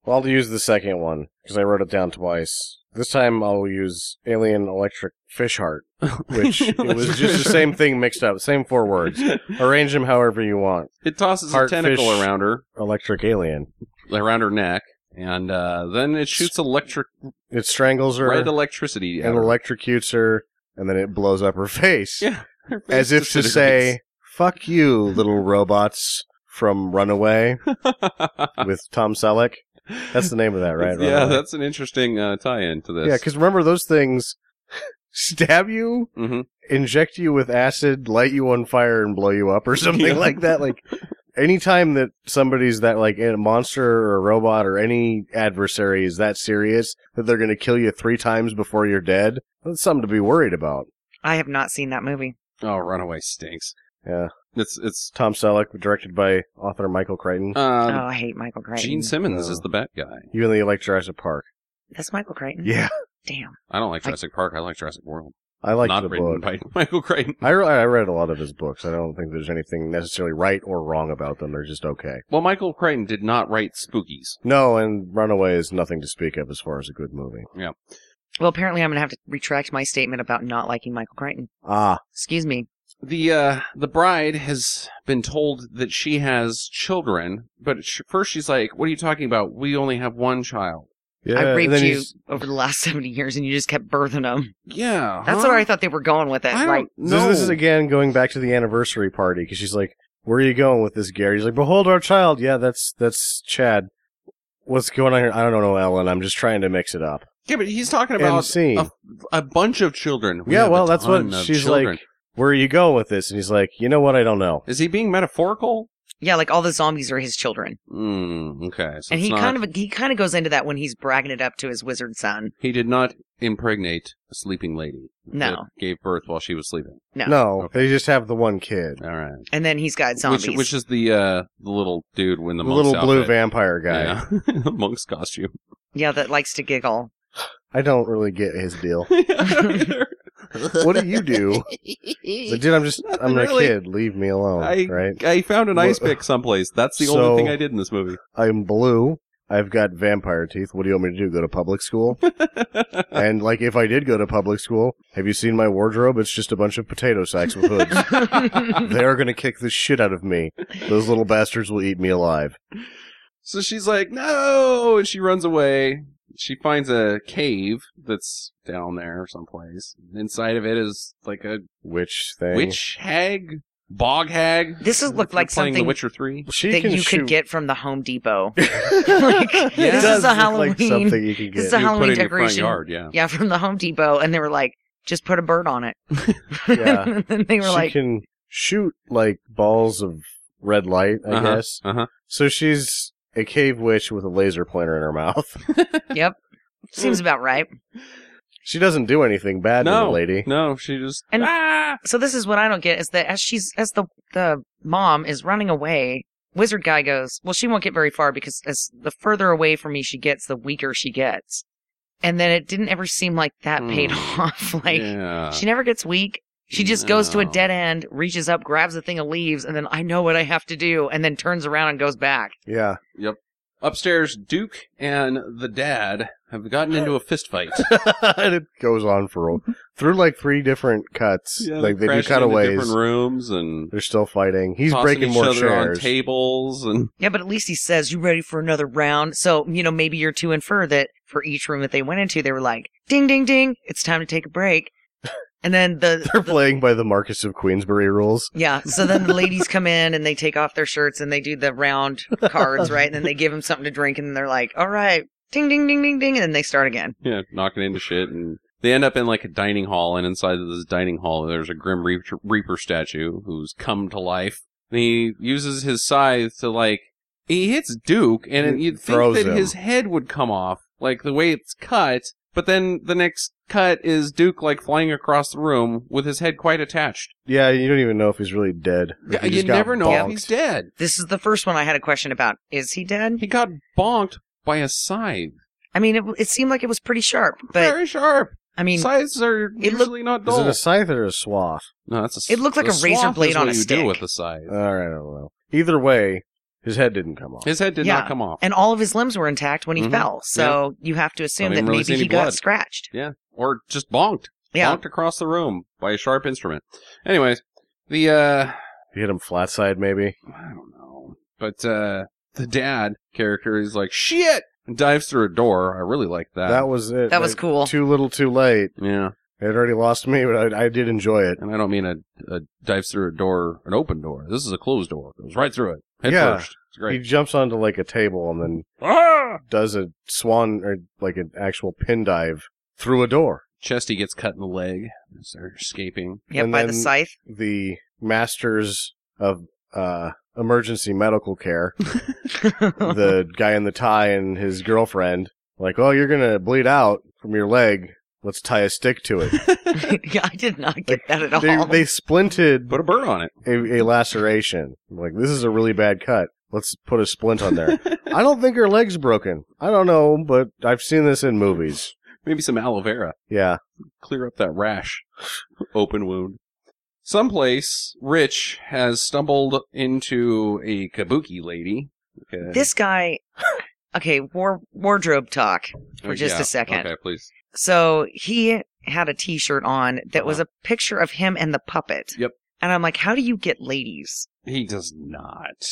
Well, I'll use the second one because I wrote it down twice. This time I'll use Alien Electric Fish Heart, which it was just the same thing mixed up, same four words. Arrange them however you want.
It tosses
Heartfish.
a tentacle around her,
Electric Alien.
around her neck, and uh, then it shoots electric
It strangles her
red
and
electricity. at her.
electrocutes her, and then it blows up her face.
Yeah. Her face
As if to say,
disintegrates.
fuck you, little robots from Runaway with Tom Selleck. That's the name of that, right?
yeah,
Runaway.
that's an interesting uh, tie-in to this.
Yeah, because remember those things stab you
Mhm.
inject you with acid, light you on fire, and blow you up, or something
Yeah.
like that. Like anytime that somebody's that like a monster or a robot or any adversary is that serious that they're going to kill you three times before you're dead, that's something to be worried about.
I have not seen that movie.
oh, Runaway stinks.
Yeah.
It's it's
Tom Selleck, directed by author Michael Crichton.
oh,
um,
I hate Michael Crichton.
Gene Simmons
No.
is the bat guy.
you really like Jurassic Park?
That's Michael Crichton.
Mm-hmm.
Yeah,
Damn.
I don't like Jurassic Park. I like Jurassic World.
I like
Not
the
written
book.
by Michael Crichton.
I re- I read a lot of his books. I don't think there's anything necessarily right or wrong about them. They're just okay.
Well, Michael Crichton did not write Spookies.
No, and Runaway is nothing to speak of as far as a good movie.
Well, apparently I'm going to have to retract my statement about not liking Michael Crichton.
Ah,
Excuse me.
the uh the bride has been told that she has children but sh first she's like what are you talking about we only have one child
yeah.
I
and
raped
then
you
he's-
over the last 70 years and you just kept birthing them.
yeah
That's
huh?
where I thought they were going with it.
I don't
Like,
This,
know.
this is again going back to the anniversary party because she's like, "Where are you going with this, Gary?" He's like, "Behold our child." Yeah, that's that's Chad. What's going on here? I don't know, Ellen. I'm just trying to mix it up.
yeah but he's talking
And
about uh,
scene.
a, a bunch of children We
Yeah,
have a
well, that's what
ton of
she's
children.
like. Where are you going with this? And he's like, "You know what? I don't know."
is he being metaphorical
yeah, like all the zombies are his children.
mm, okay so
and
it's
he
not-
kind of he kind of goes into that when he's bragging it up to his wizard son.
he did not impregnate a sleeping lady
No.
that gave birth while she was sleeping
No.
No,
Okay.
they just have the one kid,
all right
And then he's got zombies.
which which is the uh the little dude when the
the
monk's
little blue
outfit.
vampire guy.
yeah. the monk's costume
yeah, that likes to giggle.
I don't really get his deal.
Yeah.
what do you do? He's like, dude, I'm just, I'm a
really.
kid. Leave me alone,
I-
right?
I found an
Wha-
ice pick someplace. That's the
So-
only thing I did in this movie.
I'm blue. I've got vampire teeth. What do you want me to do? Go to public school? and like, if I did go to public school, have you seen my wardrobe? It's just a bunch of potato sacks with hoods. they are gonna kick the shit out of me. Those little bastards will eat me alive.
so she's like, no, and she runs away. She finds a cave that's down there someplace. Inside of it is like a
Witch thing.
witch hag, bog hag.
This is- looked
If you're
like
playing
something-
The Witcher Three.
She
that
can
you
shoot.
could get from the Home Depot.
like,
this is
a Halloween-
something you can
this is
You put
a
get.
Halloween
it in your front
decoration.
yard, yeah.
Yeah, from the Home Depot, and they were like, just put a bird on it.
Yeah.
and then they were
she
like,
can shoot like balls of red light, I
Uh-huh,
guess.
uh-huh.
So she's a cave witch with a laser pointer in her mouth.
yep,
Mm.
seems about right.
she doesn't do anything bad to
No,
the lady.
no, she just
And-
ah!
So this is what I don't get is that as she's as the the mom is running away, wizard guy goes, well, she won't get very far because as the further away from me she gets, the weaker she gets. And then it didn't ever seem like that paid
Hmm.
off. Like
yeah.
she never gets weak. She just goes to a
No.
dead end, reaches up, grabs the thing and leaves, and then I know what I have to do, and then turns around and goes back.
Yeah.
upstairs. Duke and the dad have gotten into a fist fight.
and it goes on for a- through like three different cuts. like they do
crashing into
cutaways.
different rooms and
They're still fighting. He's
tossing
breaking
each
more
other
chairs.
on tables and
Yeah, but at least he says, You ready for another round? So, you know, maybe you're to infer that for each room that they went into, they were like, Ding, ding, ding, it's time to take a break. And then the,
They're playing by the Marcus of Queensbury rules.
yeah, so then the ladies come in and they take off their shirts and they do the round cards, right? And then they give him something to drink and they're like, All right, ding, ding, ding, ding, ding. And then they start again.
you know, knocking into shit and they end up in like a dining hall and inside of this dining hall there's a grim reaper, reaper statue who's come to life and he uses his scythe to like he hits Duke and
He
you'd think
throws
that
him.
his head would come off like the way it's cut but then the next cut is Duke like flying across the room with his head quite attached.
Yeah, you don't even know if he's really dead. If he
You
just got
never know if
bonked.
he's dead.
This is the first one I had a question about. Is he dead?
He got bonked by a scythe.
I mean, it, it seemed like it was pretty sharp, but
Very sharp.
I mean,
Scythes are
it look-
usually not
Is
dull.
it a scythe or a swath?
No, that's a.
It looked like
the
a razor
swath
blade
is
on
what
a
you
stick.
do with the scythe.
All right, I don't know. Either way, his head didn't come off.
His head did
Yeah.
not come off,
and all of his limbs were intact when he
Mhm.
fell. So you have to assume that
even really see
maybe
any
he got
blood.
scratched.
or just bonked,
Yeah.
bonked across the room by a sharp instrument. Anyways, the uh,
You hit him flat side, maybe.
I don't know, but uh, the dad character is like shit and dives through a door. I really like that.
that was it.
That was
Like,
cool.
Too little, too late.
yeah,
It already lost me, but I, I did enjoy it.
and I don't mean a, a dives through a door, an open door. This is a closed door. It was right through it, head
Yeah.
first. It's
He
great.
jumps onto like a table and then
Ah!
does a swan or like an actual pin dive through a door.
Chesty gets cut in the leg as they're escaping.
Yep,
And
by the
then-
scythe.
The masters of uh, emergency medical care, the guy in the tie and his girlfriend, like, oh, you're gonna bleed out from your leg. Let's tie a stick to it.
yeah, I did not get that at
they,
all.
they splinted
Put a bird on it.
a, a laceration. Like this is a really bad cut. Let's put a splint on there. I don't think her leg's broken. I don't know, but I've seen this in movies.
Maybe some aloe vera.
Yeah.
Clear up that rash. Open wound. Someplace, Rich has stumbled into a kabuki lady. Okay.
this guy. Okay, war, wardrobe talk. for just a second.
Okay, please.
So he had a T-shirt on that was a picture of him and the puppet.
Yep.
And I'm like, how do you get ladies?
He does not.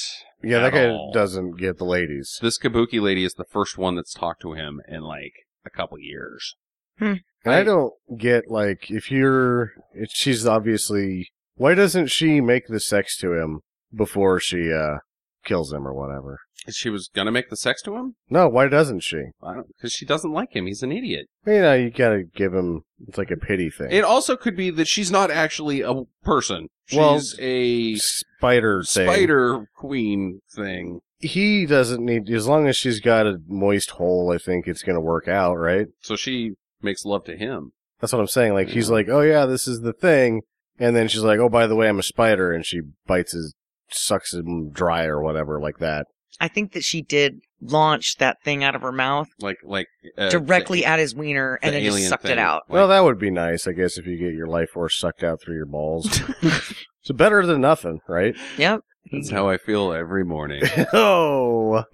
Yeah, that
at
guy
all.
doesn't get the ladies.
This kabuki lady is the first one that's talked to him in like a couple years.
Hmm.
And I
Right.
don't get like if you're if she's obviously why doesn't she make the sex to him before she uh kills him or whatever?
She was gonna make the sex to him.
No, why doesn't she?
I don't because she doesn't like him. He's an idiot.
You know, you gotta give him it's like a pity thing.
It also could be that she's not actually a person. She's
Well,
a
spider thing.
spider queen thing.
He doesn't need as long as she's got a moist hole, I think it's gonna work out, right?
So she makes love to him.
That's what I'm saying. Like he's like, Oh yeah, this is the thing and then she's like, Oh by the way, I'm a spider and she bites his sucks him dry or whatever like that.
I think that she did launch that thing out of her mouth
Like like uh,
directly
the-
at his wiener and
the
then just
alien
sucked
thing.
it out.
Like,
well, that would be nice, I guess, if you get your life force sucked out through your balls. it's better than nothing, right?
Yep.
that's
Mm-hmm.
how I feel every morning.
oh,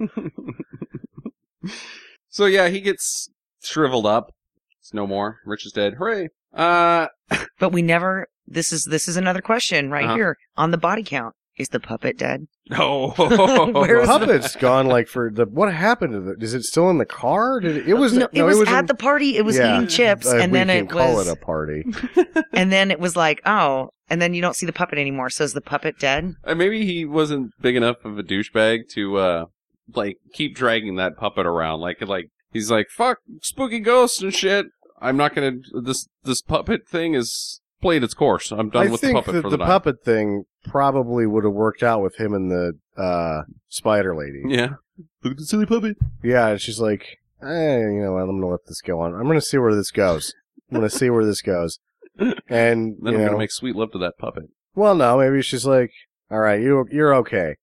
so yeah, he gets shriveled up. It's no more. Rich is dead. Hooray. Uh
But we never. This is this is another question right
Uh-huh.
here on the body count. Is the puppet dead?
no.
Where's
puppet's gone. Like for the what happened to the? Is it still in the car? Did it, it was?
no, it was, at
in-
the party. It was
Yeah.
eating chips,
uh,
and
we
then
can
it
call
was,
it a party.
and then it was like, oh, and then you don't see the puppet anymore. So is the puppet dead?
Uh, maybe he wasn't big enough of a douchebag to uh like keep dragging that puppet around like like he's like fuck spooky ghosts and shit i'm not gonna this this puppet thing is played its course i'm done
I
with the
think
puppet
that
for
the
the, night
puppet thing probably would have worked out with him and the uh, spider lady.
yeah look at the silly puppet
Yeah, and she's like, eh, you know, what, I'm gonna let this go on. I'm gonna see where this goes. I'm gonna see where this goes. And
then
you
i'm
know,
gonna make sweet love to that puppet
Well, no, maybe she's like, all right, you you're okay.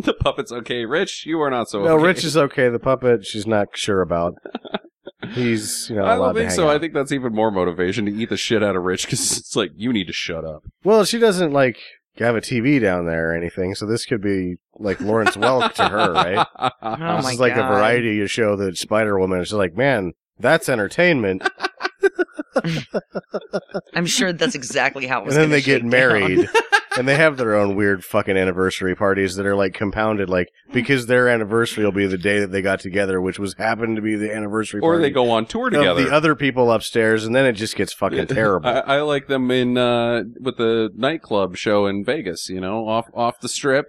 the puppet's okay rich you are not so
no,
okay.
Rich is okay. The puppet, she's not sure about. He's you know
I
allowed
don't
to
think
hang
so. I
out.
think that's even more motivation to eat the shit out of Rich because it's like you need to shut up.
Well, she doesn't like have a TV down there or anything, so this could be like Lawrence Welk to her, right?
Oh
this
my
is like
God.
a variety show that Spider Woman. She's like, man, that's entertainment.
I'm sure that's exactly how it
and
was.
then
gonna
they
shake
get
down.
married, and they have their own weird fucking anniversary parties that are like compounded, like because their anniversary will be the day that they got together, which was happened to be the anniversary.
or
party
they go on tour
of
together.
the other people upstairs, and then it just gets fucking terrible.
I, I like them in uh, with the nightclub show in Vegas. You know, off off the strip,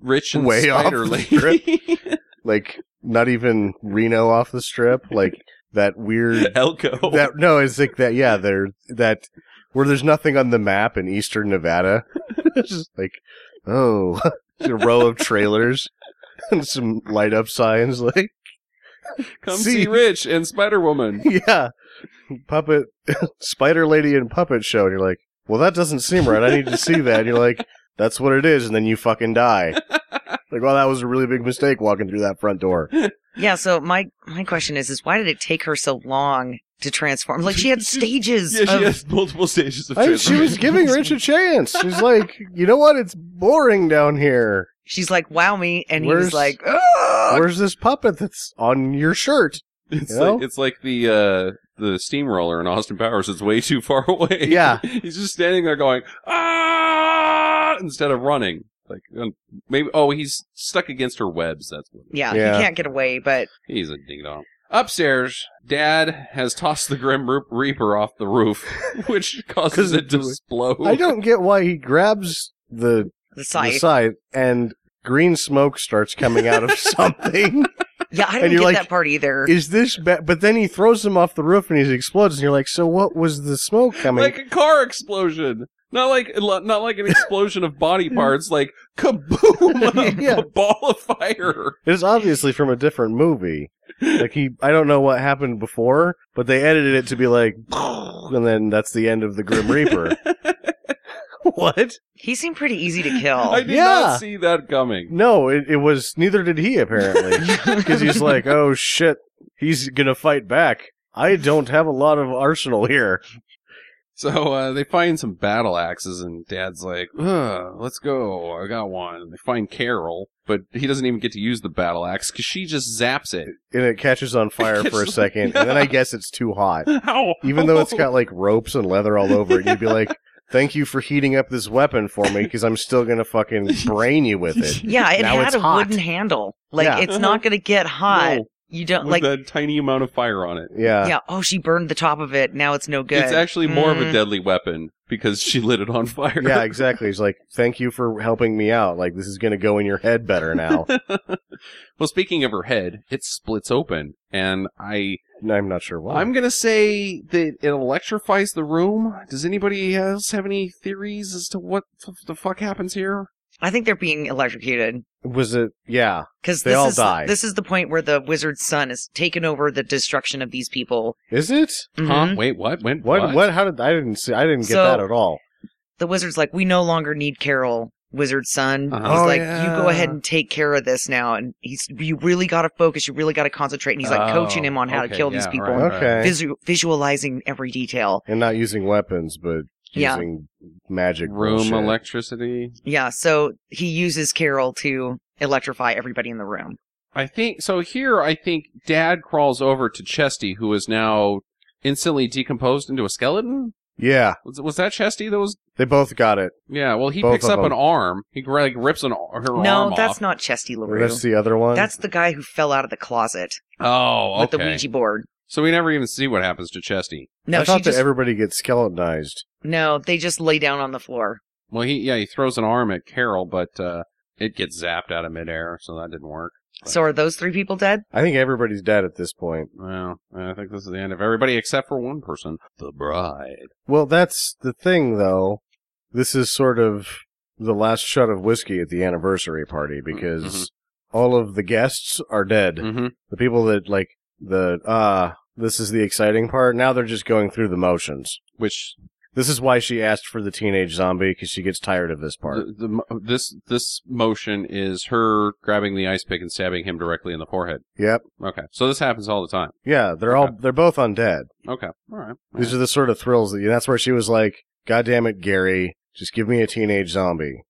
rich and
Way off
spider
the
lady.
like not even Reno off the strip, like that weird.
Elko.
That no, it's like that. Yeah, there that where there's nothing on the map in eastern Nevada. it's just like oh, a row of trailers and some light up signs. Like
Come
see-
see. Rich and Spider Woman.
yeah, puppet Spider Lady and puppet show. And you're like, well, that doesn't seem right. I need to see that. And you're like. That's what it is, and then you fucking die. Like, well, that was a really big mistake walking through that front door.
Yeah. So my my question is, is why did it take her so long to transform? Like she had stages.
Yeah,
of,
she has multiple stages of
I mean, she was
transformation.
giving Rich a chance. She's like, you know what? It's boring down here.
She's like, "Wow me," and he
Where's-
was like, "Oh, "Ugh."
Where's this puppet that's on your shirt?
It's
you know?
like it's like the uh, the steamroller in Austin Powers. It's way too far away.
Yeah.
he's just standing there going ah instead of running. Like um, maybe oh he's stuck against her webs. That's what.
Yeah,
Yeah.
you can't get away. But
He's a ding dong. Upstairs, Dad has tossed the Grim Roop- Reaper off the roof, which causes
'Cause
it to
it-
explode.
I don't get why he grabs the,
the
the
scythe.
scythe and green smoke starts coming out of something.
yeah, I
And
didn't
you're
get
like-
that part either.
Is this ba- But then he throws him off the roof and he explodes, and you're like, so what was the smoke coming?
like a car explosion. Not like not like an explosion of body parts, like kaboom, like
Yeah.
a ball of fire.
It is obviously from a different movie. Like he, I don't know what happened before, but they edited it to be like, and then that's the end of the Grim Reaper. what?
He seemed pretty easy to kill.
I did
Yeah.
not see that coming.
No, it, it was. Neither did he apparently, because he's like, oh shit, he's gonna fight back. I don't have a lot of arsenal here.
So uh, they find some battle axes, and Dad's like, Ugh, "Let's go, I got one." They find Carol, but he doesn't even get to use the battle axe because she just zaps it.
And it catches on fire for a second, and then I guess it's too hot.
Ow!
Even though it's got like ropes and leather all over it, you'd be like, thank you for heating up this weapon for me, because I'm still gonna fucking brain you with it.
yeah, it
Now
had
it's
a
hot.
wooden handle. Like
Yeah.
it's not going to get hot.
No,
You don't
with
like.
that tiny amount of fire on it.
Yeah.
yeah. Oh, she burned the top of it. Now it's no good.
It's actually more of a
Mm.
deadly weapon because she lit it on fire.
Yeah, exactly. He's like, thank you for helping me out. Like, this is going to go in your head better now.
well, speaking of her head, it splits open, and I
And I'm not sure why.
I'm gonna say that it electrifies the room. Does anybody else have any theories as to what f- the fuck happens here?
I think they're being electrocuted.
Was it? Yeah.
Because
They
this
all
is
die.
this is the point where the wizard's son is taken over the destruction of these people.
Is it?
Huh?
Mhm.
Mm-hmm. Wait, what? When?
What? What? How did I didn't see? I didn't get
So-
that at all.
The wizard's like, we no longer need Carol. Wizard's son
Uh-huh.
He's
Oh,
like,
yeah.
you go ahead and take care of this now, and he's you really got to focus. You really got to concentrate. And he's like coaching
Oh,
him on how
okay,
to kill
yeah,
these people,
right, right.
Okay.
visu- visualizing every detail.
And not using weapons, but
Yeah.
using magic
Room
bullshit.
electricity.
Yeah, so he uses Carol to electrify everybody in the room.
I think so. Here, I think Dad crawls over to Chesty, who is now instantly decomposed into a skeleton.
Yeah,
Was, was that Chesty that was?
they both got it.
Yeah. Well, he
Both
picks
of
up an
them.
arm. He gra- like rips an ar- her arm
no,
off.
that's not Chesty LaRue.
That's the other one.
That's the guy who fell out of the closet
Oh,
with the
okay.
Ouija board.
So we never even see what happens to Chesty.
No,
I
she
thought
just
that everybody gets skeletonized.
no. They just lay down on the floor.
Well, he yeah he throws an arm at Carol, but uh, it gets zapped out of midair, so that didn't work.
So are those three people dead?
I think everybody's dead at this point.
Well, I think this is the end of everybody except for one person, the bride.
Well, that's the thing, though. This is sort of the last shot of whiskey at the anniversary party because all of the guests are dead.
Mm-hmm.
The people that like the ah, this is the exciting part. Now they're just going through the motions.
Which
This is why she asked for the teenage zombie because she gets tired of this part.
the, the, mo- this this motion is her grabbing the ice pick and stabbing him directly in the forehead.
yep.
Okay, so this happens all the time.
Yeah, they're all they're both undead.
Okay, all right. all
These
right.
are the sort of thrills that you, that's where she was like, "God damn it, Gary, just give me a teenage zombie.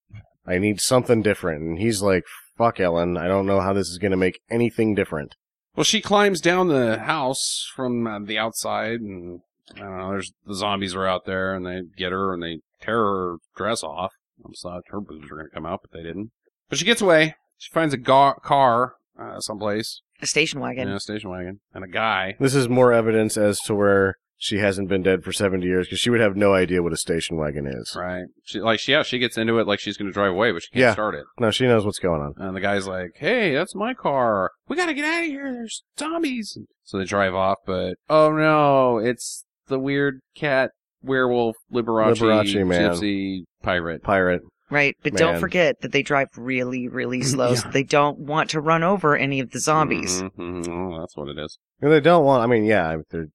I need something different." And he's like, "Fuck, Ellen, I don't know how this is going to make anything different."
Well, she climbs down the house from uh, the outside, and I don't know. There's the zombies are out there, and they get her and they tear her dress off. I just thought her boobs were gonna come out, but they didn't. But she gets away. She finds a ga- car uh, someplace,
A station
in
wagon.
a station wagon, and a guy.
This is more evidence as to where she hasn't been dead for 70 years because she would have no idea what a station wagon is.
Right. She like she, yeah, she gets into it like she's gonna drive away, but she can't
Yeah.
start it.
No, she knows what's going on.
And the guy's like, Hey, that's my car. We gotta get out of here. There's zombies So they drive off, but oh no, it's the weird cat werewolf Liberace,
Liberace man.
gypsy pirate.
Pirate.
Right, but
Man.
don't forget that they drive really, really slow. so
Yeah.
they don't want to run over any of the
Mm-hmm.
zombies.
Mhm, mhm, oh, that's what it is.
And they don't want, I mean, yeah, they're,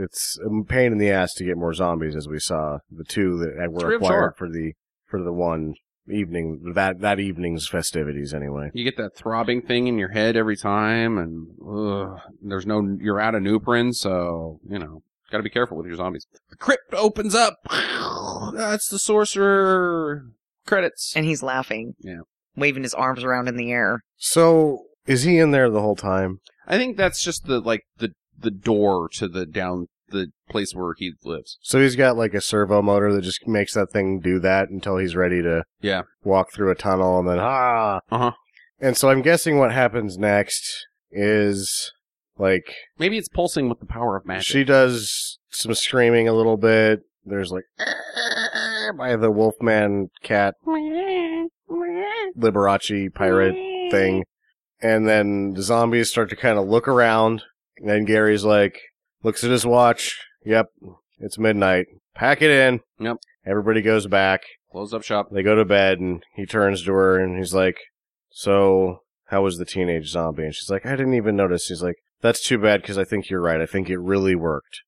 it's a pain in the ass to get more zombies as we saw the two that were
real chore.
acquired for the, for the one evening, that, that evening's festivities anyway.
You get that throbbing thing in your head every time, and ugh, there's no, you're out of Nuprin, so, you know, gotta be careful with your zombies. The crypt opens up! That's the sorcerer! Credits.
And he's laughing.
Yeah.
Waving his arms around in the air.
So, is he in there the whole time?
I think that's just the, like, the, the door to the down, the place where he lives.
So he's got like a servo motor that just makes that thing do that until he's ready to
Yeah.
walk through a tunnel and then ah.
Uh-huh.
And so I'm guessing what happens next is like
Maybe it's pulsing with the power of magic.
she does some screaming a little bit. There's like "Ah," by the Wolfman cat Liberace pirate thing.
Mm-hmm.
And then the zombies start to kind of look around. And then Gary's like, looks at his watch. Yep, it's midnight. Pack it in.
Yep.
Everybody goes back.
Close up shop.
They go to bed, and he turns to her and he's like, So, how was the teenage zombie? And she's like, I didn't even notice. He's like, That's too bad because I think you're right. I think it really worked.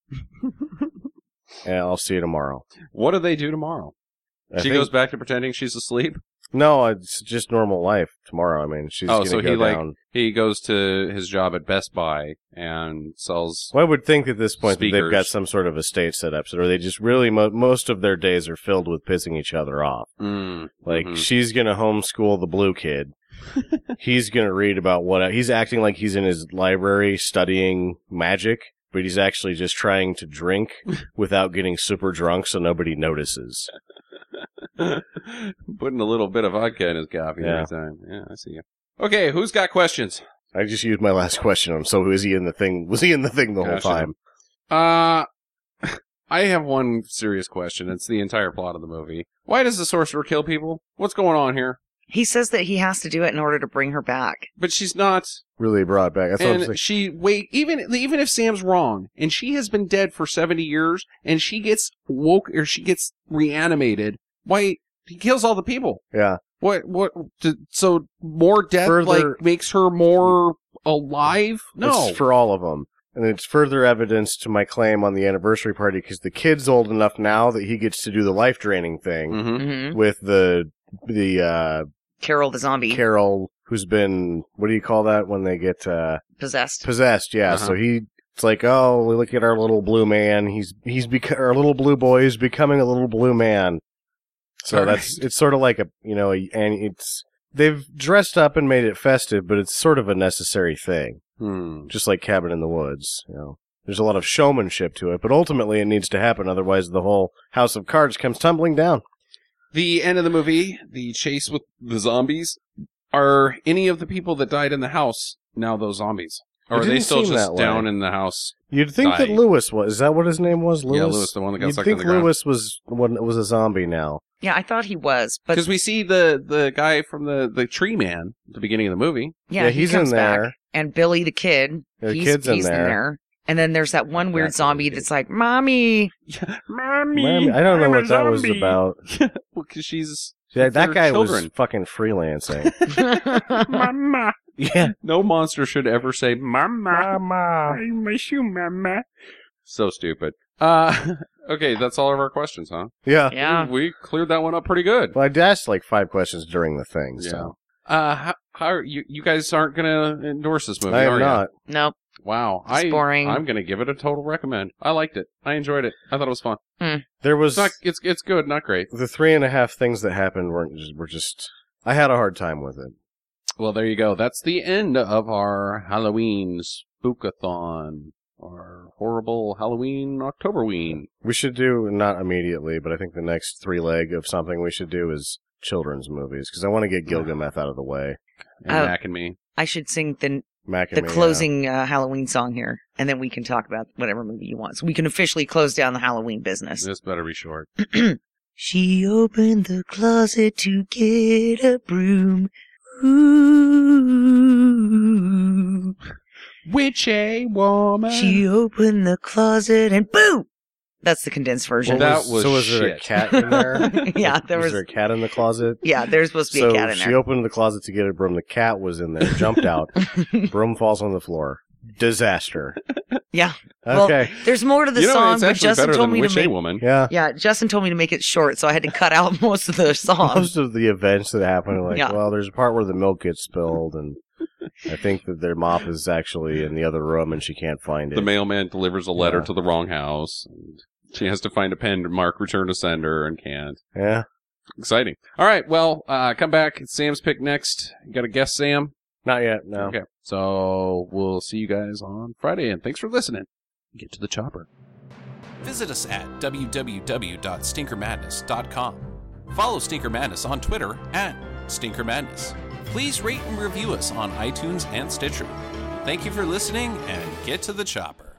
and I'll see you tomorrow.
What do they do tomorrow?
I
she
think-
goes back to pretending she's asleep.
No, it's just normal life tomorrow. I mean, she's
Oh,
gonna
so
go
he, like-
down.
He goes to his job at Best Buy and sells.
Well, I would think at this point that they've got
Speakers.
some sort of estate set up, so or they just really mo- most of their days are filled with pissing each other off.
Mm,
Like
mhm.
she's gonna homeschool the blue kid. he's gonna read about what he's acting like he's in his library studying magic, but he's actually just trying to drink without getting super drunk so nobody notices.
putting a little bit of vodka in his coffee
Yeah.
every time. Yeah, I see you. Okay, who's got questions?
I just used my last question. on So was he in the thing? Was he in the thing the
Gotcha.
whole time?
Uh, I have one serious question. It's the entire plot of the movie. Why does the sorcerer kill people? What's going on here?
He says that he has to do it in order to bring her back.
But she's not.
Really brought back. That's what I'm saying.
and she wait even even if Sam's wrong and she has been dead for 70 years and she gets woke or she gets reanimated why he kills all the people
Yeah.
what what d so more death
Further-
like makes her more alive no
It's for all of them. And it's further evidence to my claim on the anniversary party because the kid's old enough now that he gets to do the life draining thing
hmm
hmm
with the the uh,
Carol the zombie
Carol who's been what do you call that when they get uh,
possessed.
possessed? Yeah.
Uh-huh.
So he it's like oh look at our little blue man. He's he's bec- our little blue boy is becoming a little blue man. So
All
that's it's sort of like a you know a, and it's they've dressed up and made it festive, but it's sort of a necessary thing
hmm.
just like Cabin in the Woods. You know, there's a lot of showmanship to it, but ultimately it needs to happen. Otherwise, the whole House of Cards comes tumbling down.
the end of the movie the chase with the zombies are any of the people that died in the house now those zombies
It
or are they
didn't
still
seem that
just
way.
down in the house
You'd think that
Dying.
Lewis was. Is that what his name was? Lewis.
yeah lewis the one that got
You'd
stuck in
think
the ground
Lewis was one was a zombie now.
Yeah, I thought he was, but
Because we see the the guy from the the tree man at the beginning of the movie.
yeah, he
he's in
comes back.
there.
And Billy the kid,
The
he's,
kid's in
he's
there.
And then there's that one weird
Exactly.
zombie that's like, "Mommy."
Mommy,
Man, I don't know what that was about.
Because she's
Yeah, that
They're
guy was
children.
fucking freelancing.
mama.
yeah,
No monster should ever say mama.
mama.
miss you, mama. So stupid. Uh, okay, that's all of our questions, huh?
Yeah.
yeah.
We cleared that one up pretty good.
Well, I asked like five questions during the thing, so
Uh, how, how are you you guys aren't gonna endorse this movie?
I
are
am
ya?
not.
Nope.
Wow,
It's
I
boring.
I'm gonna give it a total recommend. I liked it. I enjoyed it. I thought it was fun.
There was
It's not. It's it's good. Not great.
the three and a half things that happened weren't were just. I had a hard time with it.
Well, there you go. That's the end of our Halloween spookathon, our horrible Halloween Octoberween.
We should do not immediately, but I think the next three leg of something we should do is children's movies because I want to get Gilgamesh out of the way.
And
Oh.
Mac and me.
I should sing the
Mac and
the
me, yeah.
closing uh, Halloween song here, and then we can talk about whatever movie you want. So we can officially close down the Halloween business.
This better be short.
She opened the closet to get a broom. Ooh.
Witch a woman.
She opened the closet and boom! That's the condensed version.
Well, that was
so. Was there a
shit.
cat in there?
yeah, there was.
there a cat in the closet.
yeah, there's supposed to be
so
a cat in
she
there.
opened the closet to get a broom. The cat was in there, jumped out. broom falls on the floor. Disaster.
Yeah. Well,
Okay.
there's more to the
you know,
song,
it's
but
actually
Justin
better
told
than
me to
Witch a
make.
woman.
yeah.
Yeah, Justin told me to make it short, so I had to cut out most of the song.
Most of the events that happen are like,
um, Yeah.
well, there's a part where the milk gets spilled, and I think that their mop is actually in the other room, and she can't find it.
The mailman delivers a letter
Yeah.
to the wrong house. And she has to find a pen to mark return to sender and can't.
yeah.
Exciting. All right. Well, uh, come back. It's Sam's pick next. You got a guess, Sam?
Not yet. No.
Okay. So we'll see you guys on Friday, and thanks for listening. Get to the chopper.
Visit us at www.stinkermadness.com. Follow Stinker Madness on Twitter at Stinker Madness. Please rate and review us on iTunes and Stitcher. Thank you for listening and get to the chopper.